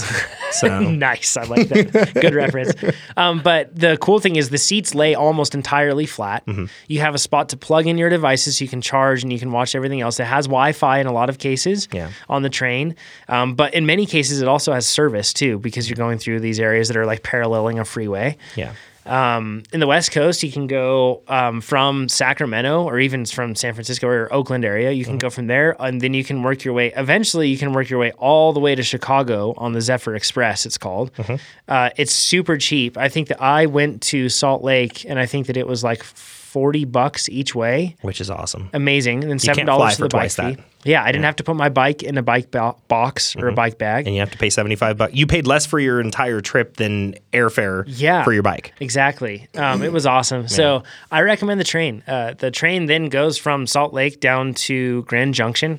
Speaker 2: So
Speaker 1: Nice, I like that. Good reference. Um, but the cool thing is the seats lay almost entirely flat. You have a spot to plug in your devices, so you can charge and you can watch everything else. It has Wi-Fi in a lot of cases
Speaker 2: Yeah.
Speaker 1: on the train, um, but in many cases it also has service too because you're going through these areas that are like paralleling a freeway.
Speaker 2: yeah,
Speaker 1: Um, in the West Coast, you can go um, from Sacramento or even from San Francisco or Oakland area. You can go
Speaker 2: Mm-hmm.
Speaker 1: from there, and then you can work your way. Eventually, you can work your way all the way to Chicago on the Zephyr Express. It's called.
Speaker 2: Mm-hmm.
Speaker 1: Uh, it's super cheap. I think that I went to Salt Lake, and I think that it was like forty bucks each way.
Speaker 2: which is awesome.
Speaker 1: Amazing, and then
Speaker 2: can't
Speaker 1: seven
Speaker 2: fly
Speaker 1: dollars for
Speaker 2: for
Speaker 1: the bike
Speaker 2: twice that. Mm-hmm.
Speaker 1: fee. Yeah, I didn't have to put my bike in a bike bo- box or a bike bag.
Speaker 2: And you have to pay 75 bucks. You paid less for your entire trip than airfare
Speaker 1: Yeah.
Speaker 2: for your bike.
Speaker 1: Exactly. Um, it was awesome. So I recommend the train. Uh, the train then goes from Salt Lake down to Grand Junction,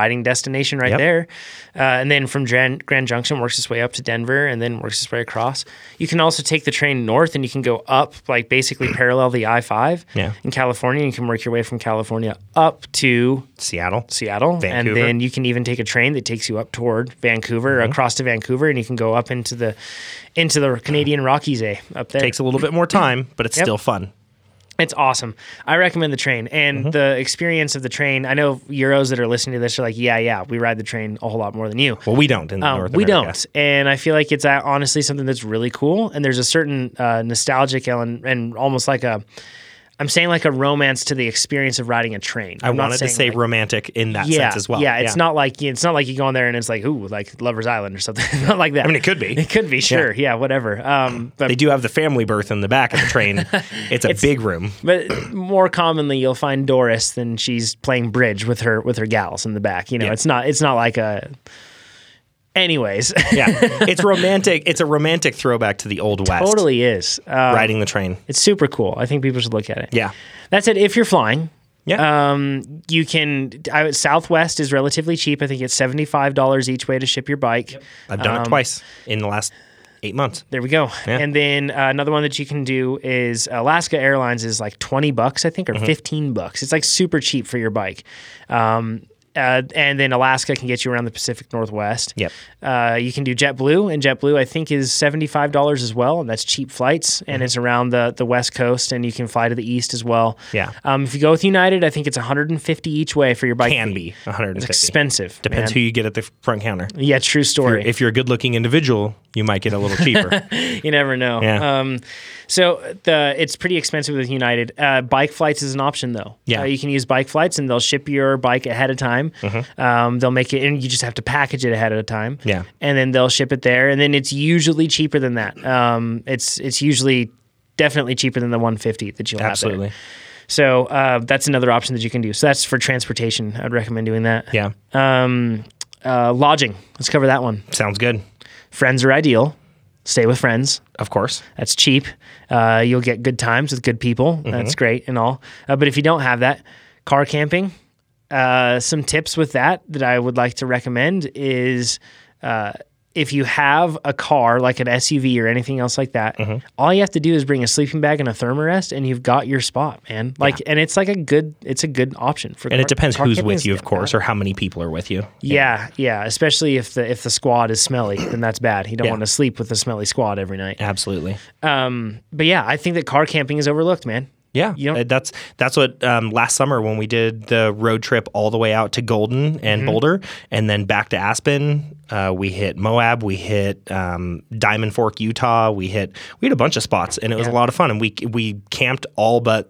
Speaker 1: riding destination right
Speaker 2: Mm-hmm. Yep.
Speaker 1: there. Uh, and then from Gran- Grand Junction, works its way up to Denver and then works its way across. You can also take the train north and you can go up, like basically parallel the I 5
Speaker 2: Yeah.
Speaker 1: in California. You can work your way from California up to
Speaker 2: Seattle.
Speaker 1: Seattle,
Speaker 2: Vancouver. Mm-hmm.
Speaker 1: and then you can even take a train that takes you up toward Vancouver, across to Vancouver, and you can go up into the into the Canadian Rockies. A up there,
Speaker 2: Takes a little bit more time, but it's
Speaker 1: Yep.
Speaker 2: still fun.
Speaker 1: it's awesome. I recommend the train and
Speaker 2: Mm-hmm.
Speaker 1: the experience of the train. I know Euros that are listening to this are like, yeah, yeah, we ride the train a whole lot more than you.
Speaker 2: Well, we don't in
Speaker 1: Um,
Speaker 2: North
Speaker 1: we
Speaker 2: America.
Speaker 1: don't, and I feel like it's uh, honestly something that's really cool. And there's a certain uh, nostalgic and and almost like a, I'm saying like a romance to the experience of riding a train.
Speaker 2: I
Speaker 1: I'm not
Speaker 2: wanted to
Speaker 1: saying,
Speaker 2: say
Speaker 1: like-
Speaker 2: romantic in that
Speaker 1: yeah,
Speaker 2: sense as well.
Speaker 1: Yeah, it's not like it's not like you go in there and it's like ooh, like Lovers Island or something, not like that. I
Speaker 2: mean, it could be.
Speaker 1: It could be, sure. Yeah, whatever. Um, but
Speaker 2: They do have the family berth in the back of the train. it's a big room.
Speaker 1: but more commonly you'll find Doris than she's playing bridge with her with her gals in the back. You know,
Speaker 2: Yeah.
Speaker 1: it's not it's not like a. Anyways,
Speaker 2: Yeah, it's romantic. It's a romantic throwback to the old west.
Speaker 1: totally is. Uh,
Speaker 2: riding the train.
Speaker 1: it's super cool. I think people should look at it.
Speaker 2: Yeah,
Speaker 1: That's it. If you're flying, Uh,
Speaker 2: yeah.
Speaker 1: you can. I, Southwest is relatively cheap. I think it's seventy five dollars each way to ship your bike.
Speaker 2: I've
Speaker 1: um,
Speaker 2: done it twice in the last eight months.
Speaker 1: There we go.
Speaker 2: Yeah.
Speaker 1: And then uh, another one that you can do is Alaska Airlines is like 20 bucks, I think, or
Speaker 2: Mm-hmm.
Speaker 1: 15 bucks. It's like super cheap for your bike. Um, uh, and then Alaska can get you around the Pacific Northwest.
Speaker 2: Yep.
Speaker 1: Uh, you can do JetBlue, and JetBlue I think is seventy five dollars as well, and that's cheap flights,
Speaker 2: Mm-hmm.
Speaker 1: and it's around the the West Coast, and you can fly to the East as well.
Speaker 2: Yeah.
Speaker 1: Um, if you go with United, I think it's one hundred and fifty each way for your bike.
Speaker 2: Can
Speaker 1: fee.
Speaker 2: be 150.
Speaker 1: It's expensive.
Speaker 2: Depends
Speaker 1: man.
Speaker 2: who you get at the front counter.
Speaker 1: Yeah, true story.
Speaker 2: If you're a good-looking individual, you might get a little cheaper.
Speaker 1: you never know.
Speaker 2: Yeah.
Speaker 1: Um, so the it's pretty expensive with United. Uh, bike flights is an option though.
Speaker 2: Yeah.
Speaker 1: Uh, you can use bike flights, and they'll ship your bike ahead of time. Um, they'll make it, and you just have to package it ahead of time.
Speaker 2: Mm-hmm. Yeah.
Speaker 1: And then they'll ship it there, and then it's usually cheaper than that. Um, it's it's usually definitely cheaper than the 150 that you'll
Speaker 2: Absolutely.
Speaker 1: have there. So uh, that's another option that you can do. So that's for transportation. I'd recommend doing that.
Speaker 2: Yeah,
Speaker 1: Um, uh, lodging. Let's cover that one.
Speaker 2: sounds good.
Speaker 1: Friends are ideal. Stay with friends.
Speaker 2: Of course.
Speaker 1: That's cheap. Uh, you'll get good times with good people.
Speaker 2: Mm-hmm.
Speaker 1: That's great and all. Uh, but if you don't have that, car camping. Uh, some tips with that that I would like to recommend is uh, if you have a car like an SUV or anything else like that,
Speaker 2: Mm-hmm.
Speaker 1: all you have to do is bring a sleeping bag and a thermarest, and you've got your spot, man. Like, and it's like a good, it's a good option for.
Speaker 2: And
Speaker 1: car-
Speaker 2: it depends
Speaker 1: car
Speaker 2: who's
Speaker 1: camping
Speaker 2: with
Speaker 1: is
Speaker 2: you, of
Speaker 1: not bad.
Speaker 2: course, or how many people are with you.
Speaker 1: Yeah, yeah. Especially if the if the squad is smelly, then that's bad. You don't
Speaker 2: Yeah.
Speaker 1: want to sleep with a smelly squad every night.
Speaker 2: Absolutely.
Speaker 1: Um, but yeah, I think that car camping is overlooked, man.
Speaker 2: Yeah,
Speaker 1: You don't-
Speaker 2: uh, that's that's what um, last summer when we did the road trip all the way out to Golden
Speaker 1: Mm-hmm.
Speaker 2: and Boulder, and then back to Aspen. Uh, we hit Moab, we hit um, Diamond Fork, Utah. We hit we had a bunch of spots, and it was a lot of fun. And we we camped all but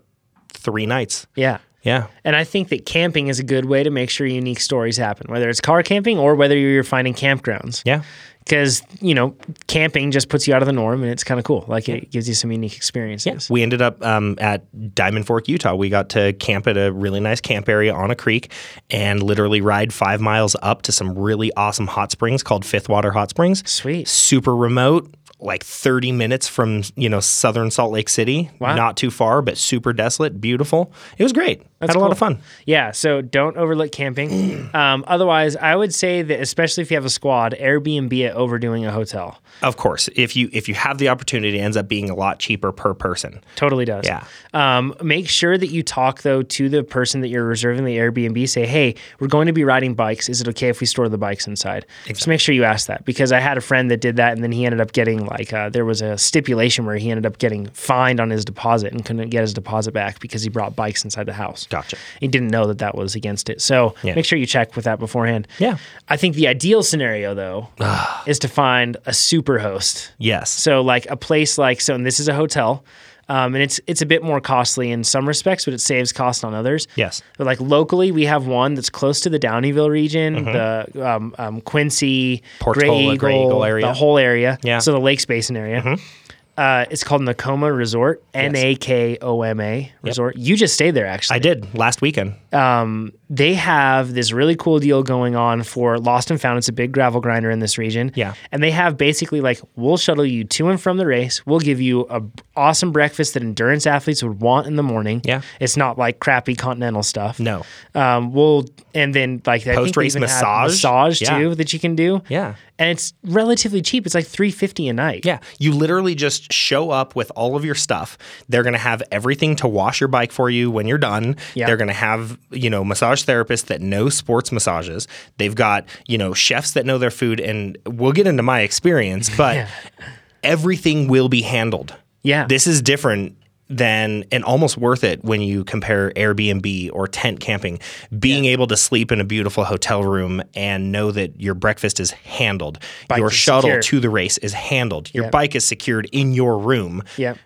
Speaker 2: three nights.
Speaker 1: Yeah.
Speaker 2: Yeah.
Speaker 1: And I think that camping is a good way to make sure unique stories happen, whether it's car camping or whether you're finding campgrounds.
Speaker 2: Yeah.
Speaker 1: Because, you know, camping just puts you out of the norm and it's kind of cool. Like it gives you some unique experiences.
Speaker 2: We ended up um, at Diamond Fork, Utah. We got to camp at a really nice camp area on a creek and literally ride five miles up to some really awesome hot springs called Fifth Water Hot Springs.
Speaker 1: Sweet.
Speaker 2: Super remote, like 30 minutes from, you know, southern Salt Lake City.
Speaker 1: Wow.
Speaker 2: Not too far, but super desolate, beautiful. It was great. Had a lot
Speaker 1: cool.
Speaker 2: of fun.
Speaker 1: Yeah, so don't overlook camping. um, otherwise, I would say that especially if you have a squad, Airbnb it overdoing a hotel.
Speaker 2: Of course, if you if you have the opportunity, it ends up being a lot cheaper per person.
Speaker 1: Totally does.
Speaker 2: Yeah.
Speaker 1: Um, make sure that you talk though to the person that you're reserving the Airbnb. Say, hey, we're going to be riding bikes. Is it okay if we store the bikes inside? Just make sure you ask that because I had a friend that did that, and then he ended up getting like uh, there was a stipulation where he ended up getting fined on his deposit and couldn't get his deposit back because he brought bikes inside the house.
Speaker 2: Gotcha.
Speaker 1: He didn't know that that was against it. So
Speaker 2: Yeah.
Speaker 1: make sure you check with that beforehand.
Speaker 2: Yeah.
Speaker 1: I think the ideal scenario though is to find a super host.
Speaker 2: Yes.
Speaker 1: So like a place like so, and this is a hotel, um, and it's it's a bit more costly in some respects, but it saves cost on others.
Speaker 2: Yes.
Speaker 1: But like locally, we have one that's close to the Downeyville region, the um, um, Quincy,
Speaker 2: Mm-hmm. Portola,
Speaker 1: Gray Eagle,
Speaker 2: Gray Eagle area.
Speaker 1: the whole area.
Speaker 2: Yeah. Mm-hmm.
Speaker 1: So the Lakes Basin area. Uh, it's called Nakoma Resort, N A K O M A Resort. You just stayed there, actually
Speaker 2: I did last weekend.
Speaker 1: they have this really cool deal going on for Lost and Found. It's a big gravel grinder in this region.
Speaker 2: Yeah.
Speaker 1: And they have basically like, we'll shuttle you to and from the race. We'll give you a b- awesome breakfast that endurance athletes would want in the morning.
Speaker 2: Yeah.
Speaker 1: It's not like crappy continental stuff.
Speaker 2: No.
Speaker 1: Um, we'll, and then like, I think they
Speaker 2: Post-race
Speaker 1: even have
Speaker 2: massage.
Speaker 1: massage
Speaker 2: Yeah.
Speaker 1: too that you can do.
Speaker 2: Yeah.
Speaker 1: And it's relatively cheap. It's like 350 a night.
Speaker 2: Yeah, you literally just show up with all of your stuff. They're going to have everything to wash your bike for you when you're done.
Speaker 1: Yeah.
Speaker 2: They're going to have, you know, massage therapists that know sports massages. They've got, you know, chefs that know their food and we'll get into my experience, but everything will be handled.
Speaker 1: Yeah.
Speaker 2: This is different than and almost worth it when you compare Airbnb or tent camping. Being able to sleep in a beautiful hotel room and know that your breakfast is handled, your
Speaker 1: is
Speaker 2: shuttle
Speaker 1: secured.
Speaker 2: to to the race is handled. Your
Speaker 1: Yep.
Speaker 2: bike is secured in your room.
Speaker 1: Yep.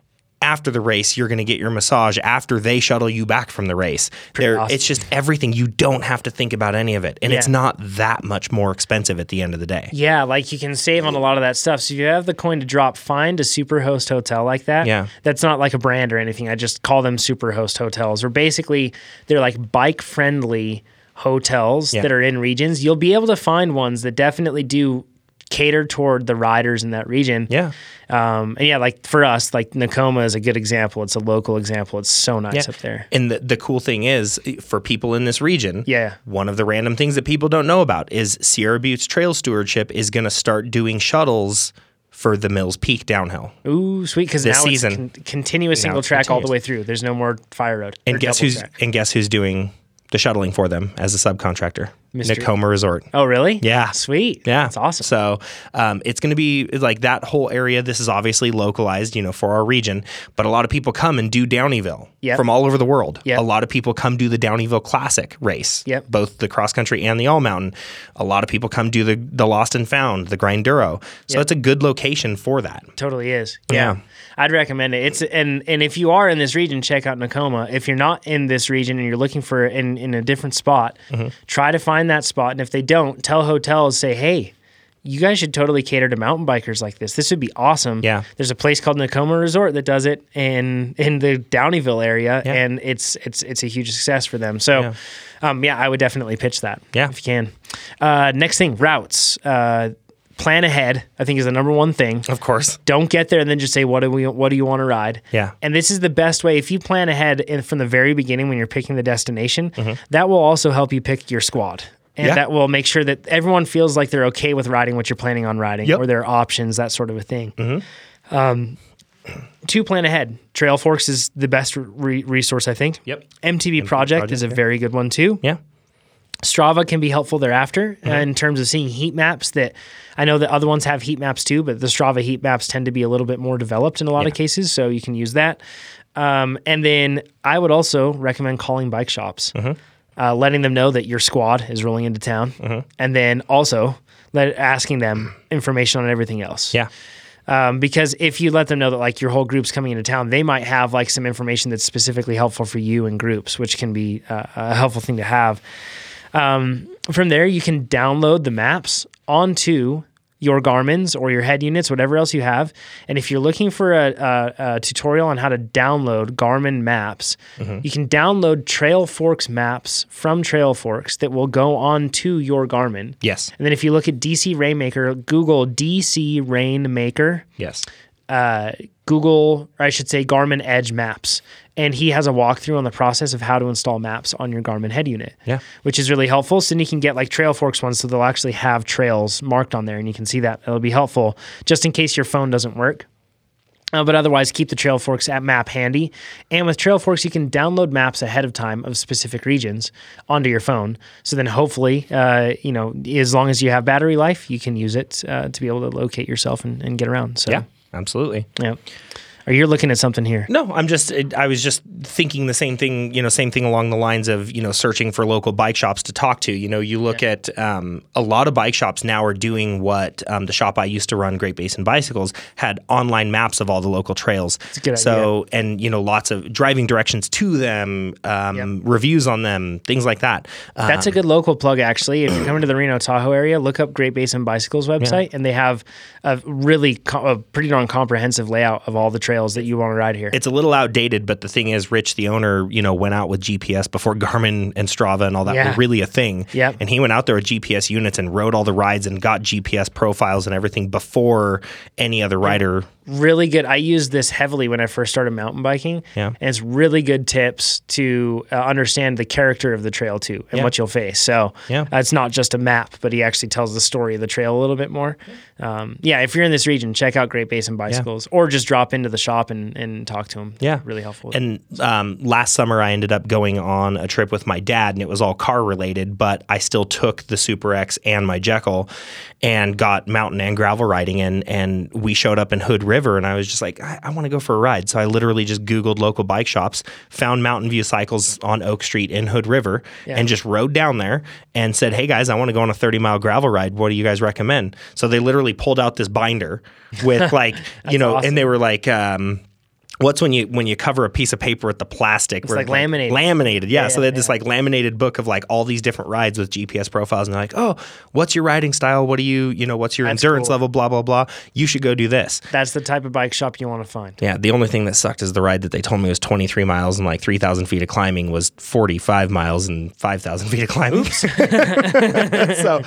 Speaker 2: After the race, you're going to get your massage after they shuttle you back from the race. There,
Speaker 1: awesome.
Speaker 2: It's just everything. You don't have to think about any of it. And it's
Speaker 1: Yeah.
Speaker 2: not that much more expensive at the end of the day.
Speaker 1: Yeah, like you can save on a lot of that stuff. So if you have the coin to drop, find a superhost hotel like that.
Speaker 2: Yeah.
Speaker 1: That's not like a brand or anything. I just call them superhost hotels. Or basically they're like bike friendly hotels
Speaker 2: Yeah.
Speaker 1: that are in regions. You'll be able to find ones that definitely do cater toward the riders in that region.
Speaker 2: Yeah.
Speaker 1: Um, and yeah, like for us, like Nakoma is a good example. It's a local example. It's so nice up there.
Speaker 2: And the, the cool thing is, eh, for people in this region,
Speaker 1: Yeah.
Speaker 2: one of the random things that people don't know about is Sierra Butte's Trail Stewardship is going to start doing shuttles for the Mills Peak downhill.
Speaker 1: Ooh, sweet. Because now
Speaker 2: This season.
Speaker 1: it's con- continuous single
Speaker 2: it's
Speaker 1: track all the way
Speaker 2: continuous.
Speaker 1: through. There's no more fire road. or
Speaker 2: And guess
Speaker 1: double
Speaker 2: who's
Speaker 1: track.
Speaker 2: and guess who's doing the shuttling for them as a subcontractor?
Speaker 1: Mr.
Speaker 2: Nakoma Resort.
Speaker 1: Oh, really?
Speaker 2: Yeah.
Speaker 1: Sweet.
Speaker 2: Yeah.
Speaker 1: That's awesome.
Speaker 2: So um, it's going to be like that whole area. This is obviously localized, you know, for our region, but a lot of people come and do Downeyville
Speaker 1: Yep.
Speaker 2: from all over the world.
Speaker 1: Yep.
Speaker 2: A lot of people come do the Downeyville Classic race,
Speaker 1: Yep.
Speaker 2: both the cross country and the all mountain. A lot of people come do the, the Lost and Found, the Grinduro. So
Speaker 1: Yep.
Speaker 2: it's a good location for that.
Speaker 1: Totally is.
Speaker 2: Yeah.
Speaker 1: I'd recommend it. It's and and if you are in this region, check out Nakoma. If you're not in this region and you're looking for in in a different spot,
Speaker 2: Mm-hmm.
Speaker 1: try to find that spot. And if they don't, tell hotels say, hey. You guys should totally cater to mountain bikers like this. This would be awesome.
Speaker 2: Yeah.
Speaker 1: there's a place called Nakoma Resort that does it in in the Downeyville area,
Speaker 2: Yeah.
Speaker 1: and it's it's it's a huge success for them. So,
Speaker 2: Yeah.
Speaker 1: um, yeah I would definitely pitch that.
Speaker 2: Yeah.
Speaker 1: if you can. Uh, next thing, routes. Uh, plan ahead. I think is the number one thing
Speaker 2: Of course.
Speaker 1: don't get there and then just say what do we what do you want to ride
Speaker 2: Yeah.
Speaker 1: and this is the best way if you plan ahead and from the very beginning when you're picking the destination that will also help you pick your squad and
Speaker 2: Mm-hmm. Yeah.
Speaker 1: that will make sure that everyone feels like they're okay with riding what you're planning on riding
Speaker 2: Yep. Mm-hmm.
Speaker 1: or their options that sort of a thing um, to plan ahead trail forks is the best re- resource i think
Speaker 2: Yep.
Speaker 1: mtb, project, is a very good one too
Speaker 2: Yeah.
Speaker 1: Strava can be helpful thereafter uh, in terms of seeing heat maps that I know that other ones have heat maps too, but the Strava heat maps tend to be a little bit more developed in a lot of cases. So you can use that. Um, and then I would also recommend calling bike shops, uh, letting them know that your squad is rolling into town, and then also let, asking them information on everything else.
Speaker 2: Yeah.
Speaker 1: Um, because if you let them know that like your whole group's coming into town, they might have like some information that's specifically helpful for you in groups, which can be uh, a helpful thing to have. Um, from there, you can download the maps onto your Garmin's or your head units, whatever else you have. And if you're looking for a, a, a tutorial on how to download Garmin maps, you can download Trail Forks maps from Trail Forks that will go on to your Garmin.
Speaker 2: Yes.
Speaker 1: And then if you look at DC Rainmaker, Google DC Rainmaker
Speaker 2: Yes.
Speaker 1: uh, Google, or I should say Garmin Edge Maps. And he has a walkthrough on the process of how to install maps on your Garmin head unit,
Speaker 2: Yeah.
Speaker 1: which is really helpful. So then you can get like Trail Forks ones, so they'll actually have trails marked on there, and you can see that. It'll be helpful just in case your phone doesn't work. Uh, but otherwise, keep the Trail Forks app map handy. And with Trail Forks, you can download maps ahead of time of specific regions onto your phone. So then, hopefully, uh, you know, as long as you have battery life, you can use it uh, to be able to locate yourself and, and get around. So
Speaker 2: Yeah. Absolutely.
Speaker 1: yeah. Or you're looking at something here.
Speaker 2: No, I'm just I was just thinking the same thing, you know, same thing along the lines of, you know, searching for local bike shops to talk to. You know, you look at um, a lot of bike shops now are doing what um, the shop I used to run, Great Basin Bicycles, had online maps of all the local trails.
Speaker 1: a good
Speaker 2: so and you know, lots of driving directions to them, um,
Speaker 1: Yep.
Speaker 2: reviews on them, things like that. Uh,
Speaker 1: That's a good local plug, actually. If you're coming to the Reno Tahoe area, look up Great Basin Bicycles website, and they have a really co- a pretty darn comprehensive layout of all the trails that you want to ride here.
Speaker 2: it's a little outdated, but the thing is, Rich, the owner, you know, went out with GPS before Garmin and Strava and all that
Speaker 1: Yeah.
Speaker 2: were really a thing.
Speaker 1: Yep.
Speaker 2: And he went out there with GPS units and rode all the rides and got GPS profiles and everything before any other rider.
Speaker 1: really good. I used this heavily when I first started mountain biking,
Speaker 2: Yeah.
Speaker 1: and it's really good tips to uh, understand the character of the trail too and
Speaker 2: Yeah.
Speaker 1: what you'll face. So
Speaker 2: Yeah.
Speaker 1: uh, it's not just a map, but he actually tells the story of the trail a little bit more. Um, yeah, if you're in this region, check out Great Basin Bicycles, or just drop into the shop and, and talk to him. really helpful.
Speaker 2: And um, last summer, I ended up going on a trip with my dad, and it was all car related, but I still took the Super X and my Jekyll and got mountain and gravel riding in. And we showed up in Hood River, and I was just like, I, I want to go for a ride. So I literally just Googled local bike shops, found Mountain View Cycles on Oak Street in Hood River, and just rode down there and said, Hey guys, I want to go on a 30 mile gravel ride. What do you guys recommend? So they literally pulled out this binder with like, you know,
Speaker 1: awesome.
Speaker 2: and they were like, um, What's when you when you cover a piece of paper with the plastic? It's
Speaker 1: like laminated.
Speaker 2: Laminated, yeah. so
Speaker 1: yeah,
Speaker 2: they had this like laminated book of like all these different rides with GPS profiles, and they're like, "Oh, what's your riding style? What do you, you know, what's your endurance
Speaker 1: cool.
Speaker 2: level? Blah blah blah. You should go do this."
Speaker 1: That's the type of bike shop you want to find.
Speaker 2: Yeah. The only thing that sucked is the ride that they told me was 23 miles and like 3,000 feet of climbing was 45 miles and 5,000 feet of climbing. so,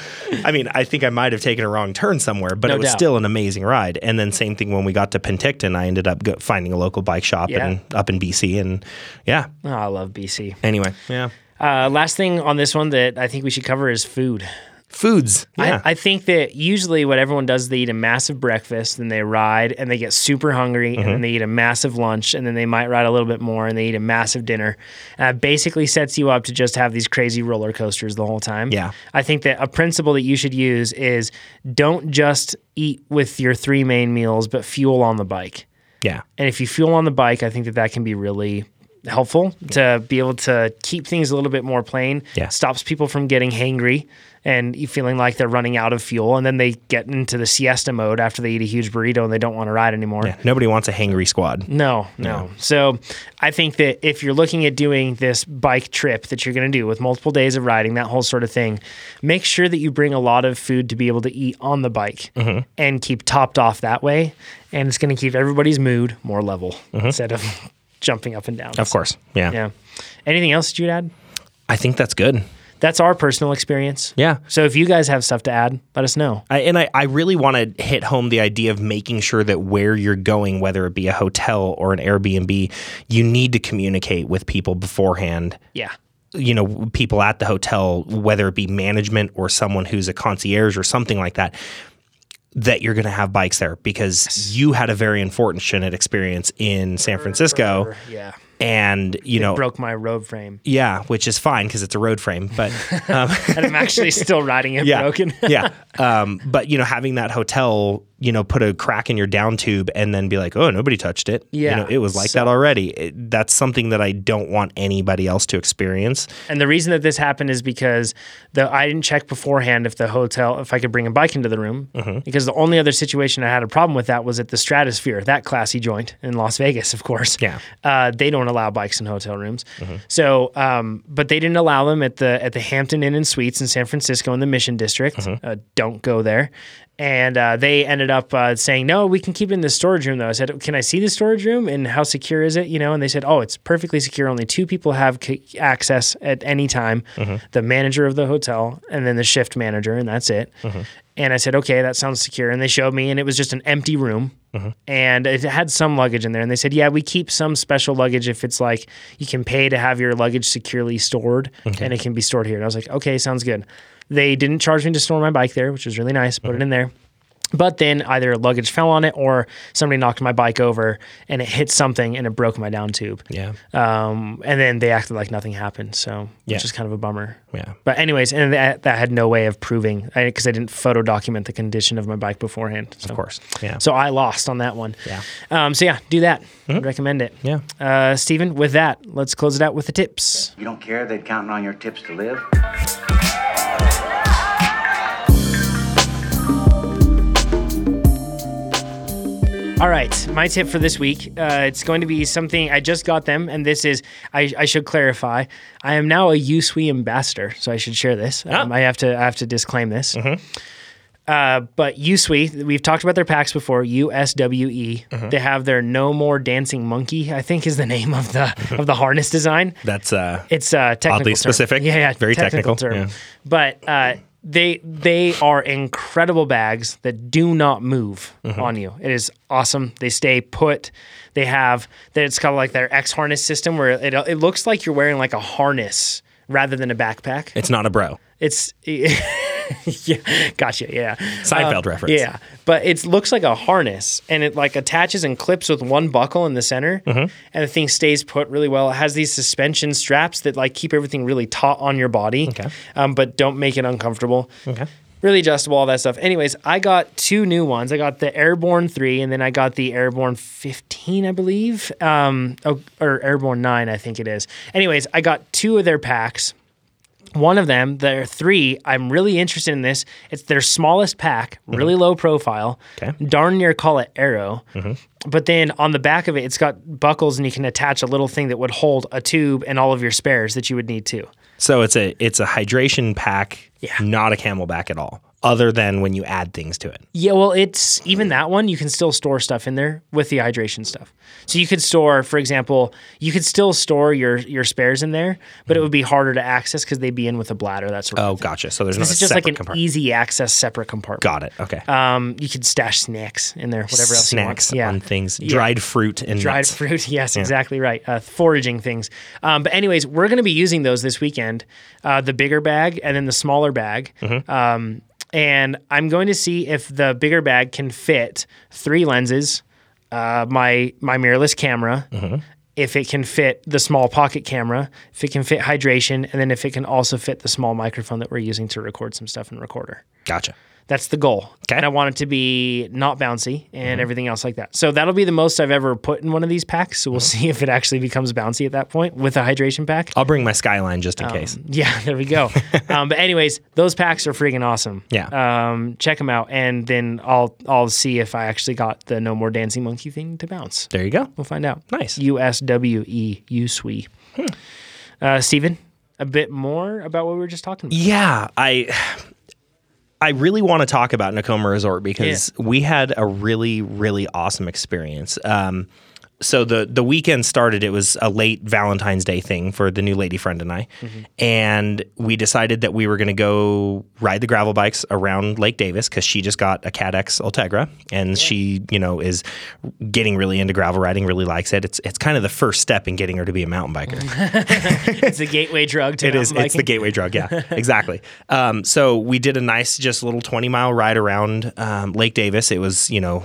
Speaker 2: I mean, I think I might have taken a wrong turn somewhere, but
Speaker 1: No
Speaker 2: it was
Speaker 1: doubt.
Speaker 2: still an amazing ride. And then same thing when we got to Penticton, I ended up go- finding a local bike shop
Speaker 1: Yeah.
Speaker 2: and up in BC, and yeah.
Speaker 1: Oh, I love BC.
Speaker 2: Anyway, yeah.
Speaker 1: Uh, last thing on this one that I think we should cover is food.
Speaker 2: Foods. Yeah.
Speaker 1: I, I think that usually what everyone does is they eat a massive breakfast, then they ride and they get super hungry, and
Speaker 2: Mm-hmm.
Speaker 1: then they eat a massive lunch, and then they might ride a little bit more, and they eat a massive dinner. Uh, basically, sets you up to just have these crazy roller coasters the whole time.
Speaker 2: Yeah.
Speaker 1: I think that a principle that you should use is don't just eat with your three main meals, but fuel on the bike.
Speaker 2: yeah.
Speaker 1: And if you fuel on the bike, I think that that can be really helpful to be able to keep things a little bit more plain.
Speaker 2: Yeah.
Speaker 1: Stops people from getting hangry and you feeling like they're running out of fuel. And then they get into the siesta mode after they eat a huge burrito and they don't want to ride anymore.
Speaker 2: Yeah. Nobody wants a hangry squad.
Speaker 1: No, no. So I think that if you're looking at doing this bike trip that you're going to do with multiple days of riding, that whole sort of thing, make sure that you bring a lot of food to be able to eat on the bike
Speaker 2: Mm-hmm.
Speaker 1: and keep topped off that way. And it's going to keep everybody's mood more level instead of jumping up and down.
Speaker 2: Mm-hmm. Of course. Yeah.
Speaker 1: Yeah. Anything else that you'd add?
Speaker 2: I think that's good.
Speaker 1: That's our personal experience.
Speaker 2: Yeah.
Speaker 1: So if you guys have stuff to add, let us know.
Speaker 2: I, and I, I really want to hit home the idea of making sure that where you're going, whether it be a hotel or an Airbnb, you need to communicate with people beforehand.
Speaker 1: Yeah.
Speaker 2: You know, people at the hotel, whether it be management or someone who's a concierge or something like that, that you're going to have bikes there because you had a very unfortunate experience in San Francisco.
Speaker 1: Yeah.
Speaker 2: And, you know,
Speaker 1: Broke my road frame.
Speaker 2: yeah, which is fine because it's a road frame, but. Um,
Speaker 1: And I'm actually still riding it
Speaker 2: yeah,
Speaker 1: broken.
Speaker 2: yeah. Um, but you know, having that hotel you know, put a crack in your down tube and then be like, oh, nobody touched it.
Speaker 1: Yeah.
Speaker 2: You know, it was like that already. It, that's something that I don't want anybody else to experience.
Speaker 1: And the reason that this happened is because the I didn't check beforehand if the hotel if I could bring a bike into the room because the only other situation I had a problem with that was at the Stratosphere, that classy joint in Las Vegas, of course.
Speaker 2: Yeah.
Speaker 1: uh, they don't allow bikes in hotel rooms. So, um, but they didn't allow them at the at the Hampton Inn and Suites in San Francisco in the Mission District. Uh, don't go there. And uh, they ended up uh, saying, "No, we can keep it in the storage room." Though I said, "Can I see the storage room and how secure is it?" You know, and they said, "Oh, it's perfectly secure. Only two people have c- access at any time: the manager of the hotel and then the shift manager, and that's it."
Speaker 2: Mm-hmm.
Speaker 1: And I said, okay, that sounds secure. And they showed me, and it was just an empty room.
Speaker 2: Mm-hmm.
Speaker 1: And it had some luggage in there. And they said, yeah, we keep some special luggage if it's like you can pay to have your luggage securely stored
Speaker 2: Mm-hmm.
Speaker 1: and it can be stored here. And I was like, okay, sounds good. They didn't charge me to store my bike there, which was really nice.
Speaker 2: Mm-hmm.
Speaker 1: Put it in there. But then either luggage fell on it or somebody knocked my bike over and it hit something and it broke my down tube.
Speaker 2: Yeah.
Speaker 1: Um, and then they acted like nothing happened. So,
Speaker 2: Yeah.
Speaker 1: which is kind of a bummer.
Speaker 2: Yeah.
Speaker 1: But anyways, and that, that had no way of proving because I, didn't photo document the condition of my bike beforehand. So.
Speaker 2: Of course. Yeah.
Speaker 1: So I lost on that one.
Speaker 2: Yeah. Mm-hmm.
Speaker 1: Um, so yeah, do that. Recommend it.
Speaker 2: Yeah.
Speaker 1: Uh, Steven, with that, let's close it out with the tips.
Speaker 4: You don't care they'd counting on your tips to live?
Speaker 1: All right, my tip for this week. Uh, it's going to be something I just got them, and this is I, I should clarify. I am now a USWE E ambassador, so I should share this. Um, I have to I have to disclaim this. Uh, but USWE, E, we've talked about their packs before. USWE, E. they have their No More Dancing Monkey. I think is the name of the of the harness design.
Speaker 2: that's uh
Speaker 1: It's a technical
Speaker 2: Oddly
Speaker 1: term.
Speaker 2: specific.
Speaker 1: Yeah, yeah,
Speaker 2: Very technical,
Speaker 1: term.
Speaker 2: yeah.
Speaker 1: But uh, they they are incredible bags that do not move
Speaker 2: Mm-hmm.
Speaker 1: on you. It is awesome. They stay put. They have that. It's kind of like their X harness system where it it looks like you're wearing like a harness rather than a backpack.
Speaker 2: it's not a bro.
Speaker 1: It's yeah, gotcha. Yeah, Uh,
Speaker 2: Seinfeld reference.
Speaker 1: yeah, but it looks like a harness, and it like attaches and clips with one buckle in the center,
Speaker 2: Mm-hmm.
Speaker 1: and the thing stays put really well. It has these suspension straps that like keep everything really taut on your body,
Speaker 2: Okay.
Speaker 1: um, but don't make it uncomfortable.
Speaker 2: Okay.
Speaker 1: Really adjustable, all that stuff. Anyways, I got two new ones. I got the Airborne 3 and then I got the Airborne 15, I believe, um, oh, or Airborne 9, I think it is. Anyways, I got two of their packs one of them, there are three. I'm really interested in this. It's their smallest pack, really low profile.
Speaker 2: Mm-hmm. Okay. Mm-hmm.
Speaker 1: Darn near call it arrow. But then on the back of it, it's got buckles, and you can attach a little thing that would hold a tube and all of your spares that you would need too.
Speaker 2: So it's a it's a hydration pack,
Speaker 1: Yeah.
Speaker 2: not a camelback at all, other than when you add things to it.
Speaker 1: Yeah, well, it's even that one, you can still store stuff in there with the hydration stuff. So you could store, for example, you could still store your your spares in there, but it would be harder to access because they'd be in with a bladder, that sort of
Speaker 2: Mm-hmm. Oh,
Speaker 1: thing.
Speaker 2: gotcha. So there's no
Speaker 1: This is just like an
Speaker 2: compartment.
Speaker 1: easy access separate compartment.
Speaker 2: Got it. Okay.
Speaker 1: Um, you could stash snacks in there, whatever else
Speaker 2: Snacks
Speaker 1: you want. Yeah.
Speaker 2: on things, dried fruit and
Speaker 1: Dried
Speaker 2: nuts.
Speaker 1: fruit. Yes, exactly right. Uh, foraging things. Um, but anyways, we're going to be using those this weekend. Uh, the bigger bag and then the smaller bag.
Speaker 2: Mm-hmm.
Speaker 1: Um, and I'm going to see if the bigger bag can fit three lenses, uh, my my mirrorless camera.
Speaker 2: Mm-hmm.
Speaker 1: If it can fit the small pocket camera, if it can fit hydration, and then if it can also fit the small microphone that we're using to record some stuff in Recorder.
Speaker 2: Gotcha.
Speaker 1: That's the goal.
Speaker 2: Okay. Mm-hmm.
Speaker 1: And I want it to be not bouncy and everything else like that. So that'll be the most I've ever put in one of these packs. So we'll
Speaker 2: Mm-hmm.
Speaker 1: see if it actually becomes bouncy at that point with a hydration pack.
Speaker 2: I'll bring my skyline just
Speaker 1: Um,
Speaker 2: in case.
Speaker 1: Yeah, there we go. um, but anyways, those packs are freaking awesome.
Speaker 2: Yeah.
Speaker 1: Um, check them out, and then I'll I'll see if I actually got the no more dancing monkey thing to bounce.
Speaker 2: There you go.
Speaker 1: We'll find out.
Speaker 2: Nice. Hmm.
Speaker 1: U S W E U S W E. Uh, Steven, a bit more about what we were just talking about.
Speaker 2: Yeah, I I really want to talk about Nakoma Resort because we had a really really awesome experience. Um so the the weekend started it was a late Valentine's Day thing for the new lady friend and I. And we decided that we were going to go ride the gravel bikes around Lake Davis cuz she just got a CADX Ultegra and she, you know, is getting really into gravel riding, really likes it. It's it's kind of the first step in getting her to be a mountain biker.
Speaker 1: It's a gateway drug to
Speaker 2: It is.
Speaker 1: mountain
Speaker 2: It's the
Speaker 1: biking.
Speaker 2: gateway drug. Yeah, exactly. Um, so we did a nice, just little twenty mile ride around um, Lake Davis. It was, you know,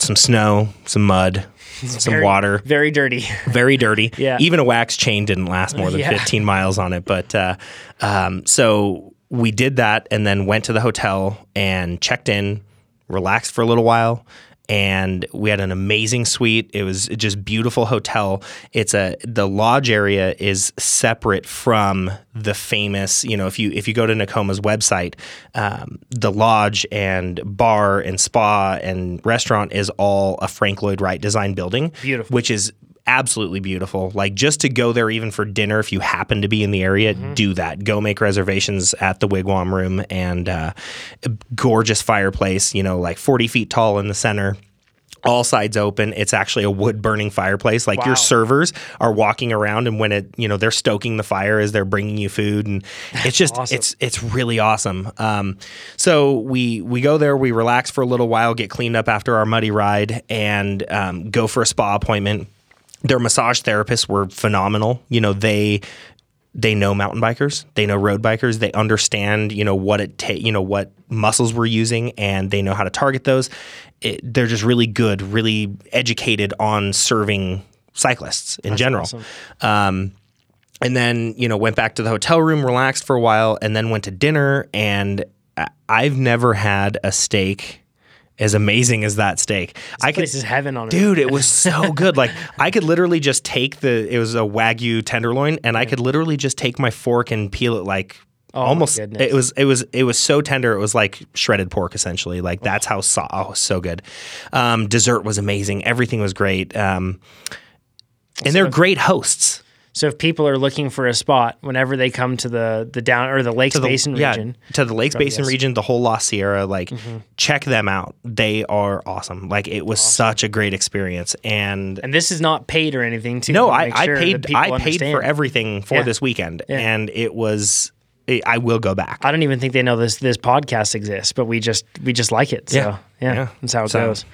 Speaker 2: some snow, some mud, some
Speaker 1: Very-
Speaker 2: water,
Speaker 1: Very dirty.
Speaker 2: very dirty.
Speaker 1: Yeah.
Speaker 2: Even a wax chain didn't last more than
Speaker 1: Yeah.
Speaker 2: 15 miles on it. But uh, um, so we did that and then went to the hotel and checked in, relaxed for a little while. And we had an amazing suite. It was just beautiful hotel. It's a the lodge area is separate from the famous. You know, if you if you go to Nakoma's website, um, the lodge and bar and spa and restaurant is all a Frank Lloyd Wright design building,
Speaker 1: Beautiful.
Speaker 2: which is absolutely beautiful. Like just to go there even for dinner, if you happen to be in the area,
Speaker 1: Mm-hmm.
Speaker 2: do that. Go make reservations at the Wigwam Room and uh, a gorgeous fireplace. You know, like forty feet tall in the center. All sides open. It's actually a wood burning fireplace. Like
Speaker 1: Wow.
Speaker 2: your servers are walking around, and when it, you know, they're stoking the fire as they're bringing you food, and it's just
Speaker 1: awesome.
Speaker 2: it's it's really awesome. Um, so we we go there, we relax for a little while, get cleaned up after our muddy ride, and um, go for a spa appointment their massage therapists were phenomenal. You know, they they know mountain bikers, they know road bikers, they understand, you know, what it ta- you know, what muscles we're using and they know how to target those. It, they're just really good, really educated on serving cyclists in general. Um and then, you know, went back to the hotel room, relaxed for a while, and then went to dinner and I- I've never had a steak as amazing as that steak. I could
Speaker 1: This is heaven on earth.
Speaker 2: dude it was so good like i could literally just take the it was a wagyu tenderloin and i
Speaker 1: Mm.
Speaker 2: could literally just take my fork and peel it like almost
Speaker 1: Oh goodness.
Speaker 2: it was it was it was so tender it was like shredded pork essentially like that's how so, oh, so good um, dessert was amazing everything was great um, and they're great hosts
Speaker 1: So if people are looking for a spot whenever they come to the the down or the Lakes
Speaker 2: to the-
Speaker 1: Basin
Speaker 2: yeah,
Speaker 1: region,
Speaker 2: to the Lakes Basin
Speaker 1: yes. Mm-hmm.
Speaker 2: region, the whole La Sierra. Like, check them out; they are awesome. Like, it was such a great experience, and
Speaker 1: and this is not paid or anything. Too.
Speaker 2: No,
Speaker 1: Wanna
Speaker 2: I,
Speaker 1: make
Speaker 2: I
Speaker 1: sure that
Speaker 2: paid
Speaker 1: people
Speaker 2: I paid
Speaker 1: understand.
Speaker 2: for everything for
Speaker 1: Yeah.
Speaker 2: this weekend,
Speaker 1: Yeah.
Speaker 2: and it was I I will go back.
Speaker 1: I don't even think they know this this podcast exists, but we just we just like it. So yeah,
Speaker 2: Yeah. Yeah.
Speaker 1: that's how it
Speaker 2: So-
Speaker 1: goes.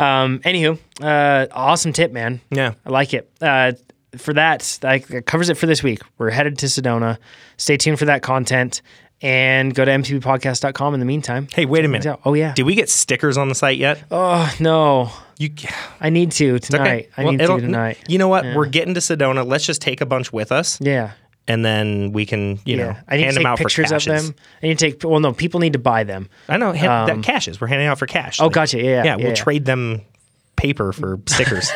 Speaker 1: Um, anywho, uh, awesome tip, man.
Speaker 2: Yeah.
Speaker 1: I like it. Uh, for that, that covers it for this week. We're headed to Sedona. Stay tuned for that content and go to mtbpodcast.com in the meantime.
Speaker 2: Hey, wait a
Speaker 1: Check it
Speaker 2: minute.
Speaker 1: out. Oh, yeah.
Speaker 2: Did we get stickers on the site yet?
Speaker 1: Oh, no.
Speaker 2: You
Speaker 1: I need to
Speaker 2: okay.
Speaker 1: tonight. I
Speaker 2: Well,
Speaker 1: need
Speaker 2: it'll-
Speaker 1: to tonight.
Speaker 2: You know what? We're getting to Sedona. Let's just take a bunch with us,
Speaker 1: Yeah.
Speaker 2: and then we can you know
Speaker 1: yeah. I need
Speaker 2: hand
Speaker 1: to
Speaker 2: them
Speaker 1: take
Speaker 2: out
Speaker 1: pictures
Speaker 2: for
Speaker 1: of
Speaker 2: cashes.
Speaker 1: them. I need to take, well, no, people need to buy them.
Speaker 2: I know hand, that cashes. We're handing out for cash.
Speaker 1: Oh, gotcha. Yeah, yeah,
Speaker 2: Yeah.
Speaker 1: yeah,
Speaker 2: we'll
Speaker 1: yeah.
Speaker 2: trade them paper for stickers.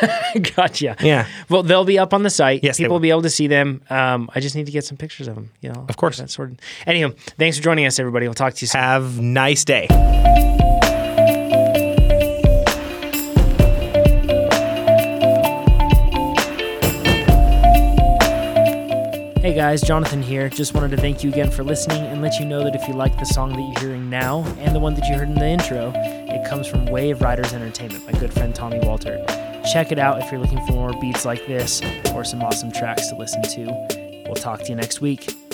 Speaker 1: gotcha.
Speaker 2: Yeah.
Speaker 1: Well, they'll be up on the site.
Speaker 2: Yes, they
Speaker 1: people will
Speaker 2: will.
Speaker 1: be able to see them. Um, I just need to get some pictures of them. You know, of
Speaker 2: course.
Speaker 1: That's sorted. Anyhow, thanks for joining us, everybody. We'll talk to you soon.
Speaker 2: Have nice day.
Speaker 1: Hey guys, Jonathan here. Just wanted to thank you again for listening and let you know that if you like the song that you're hearing now and the one that you heard in the intro, it comes from Wave Riders Entertainment, my good friend Tommy Walter. Check it out if you're looking for more beats like this or some awesome tracks to listen to. We'll talk to you next week.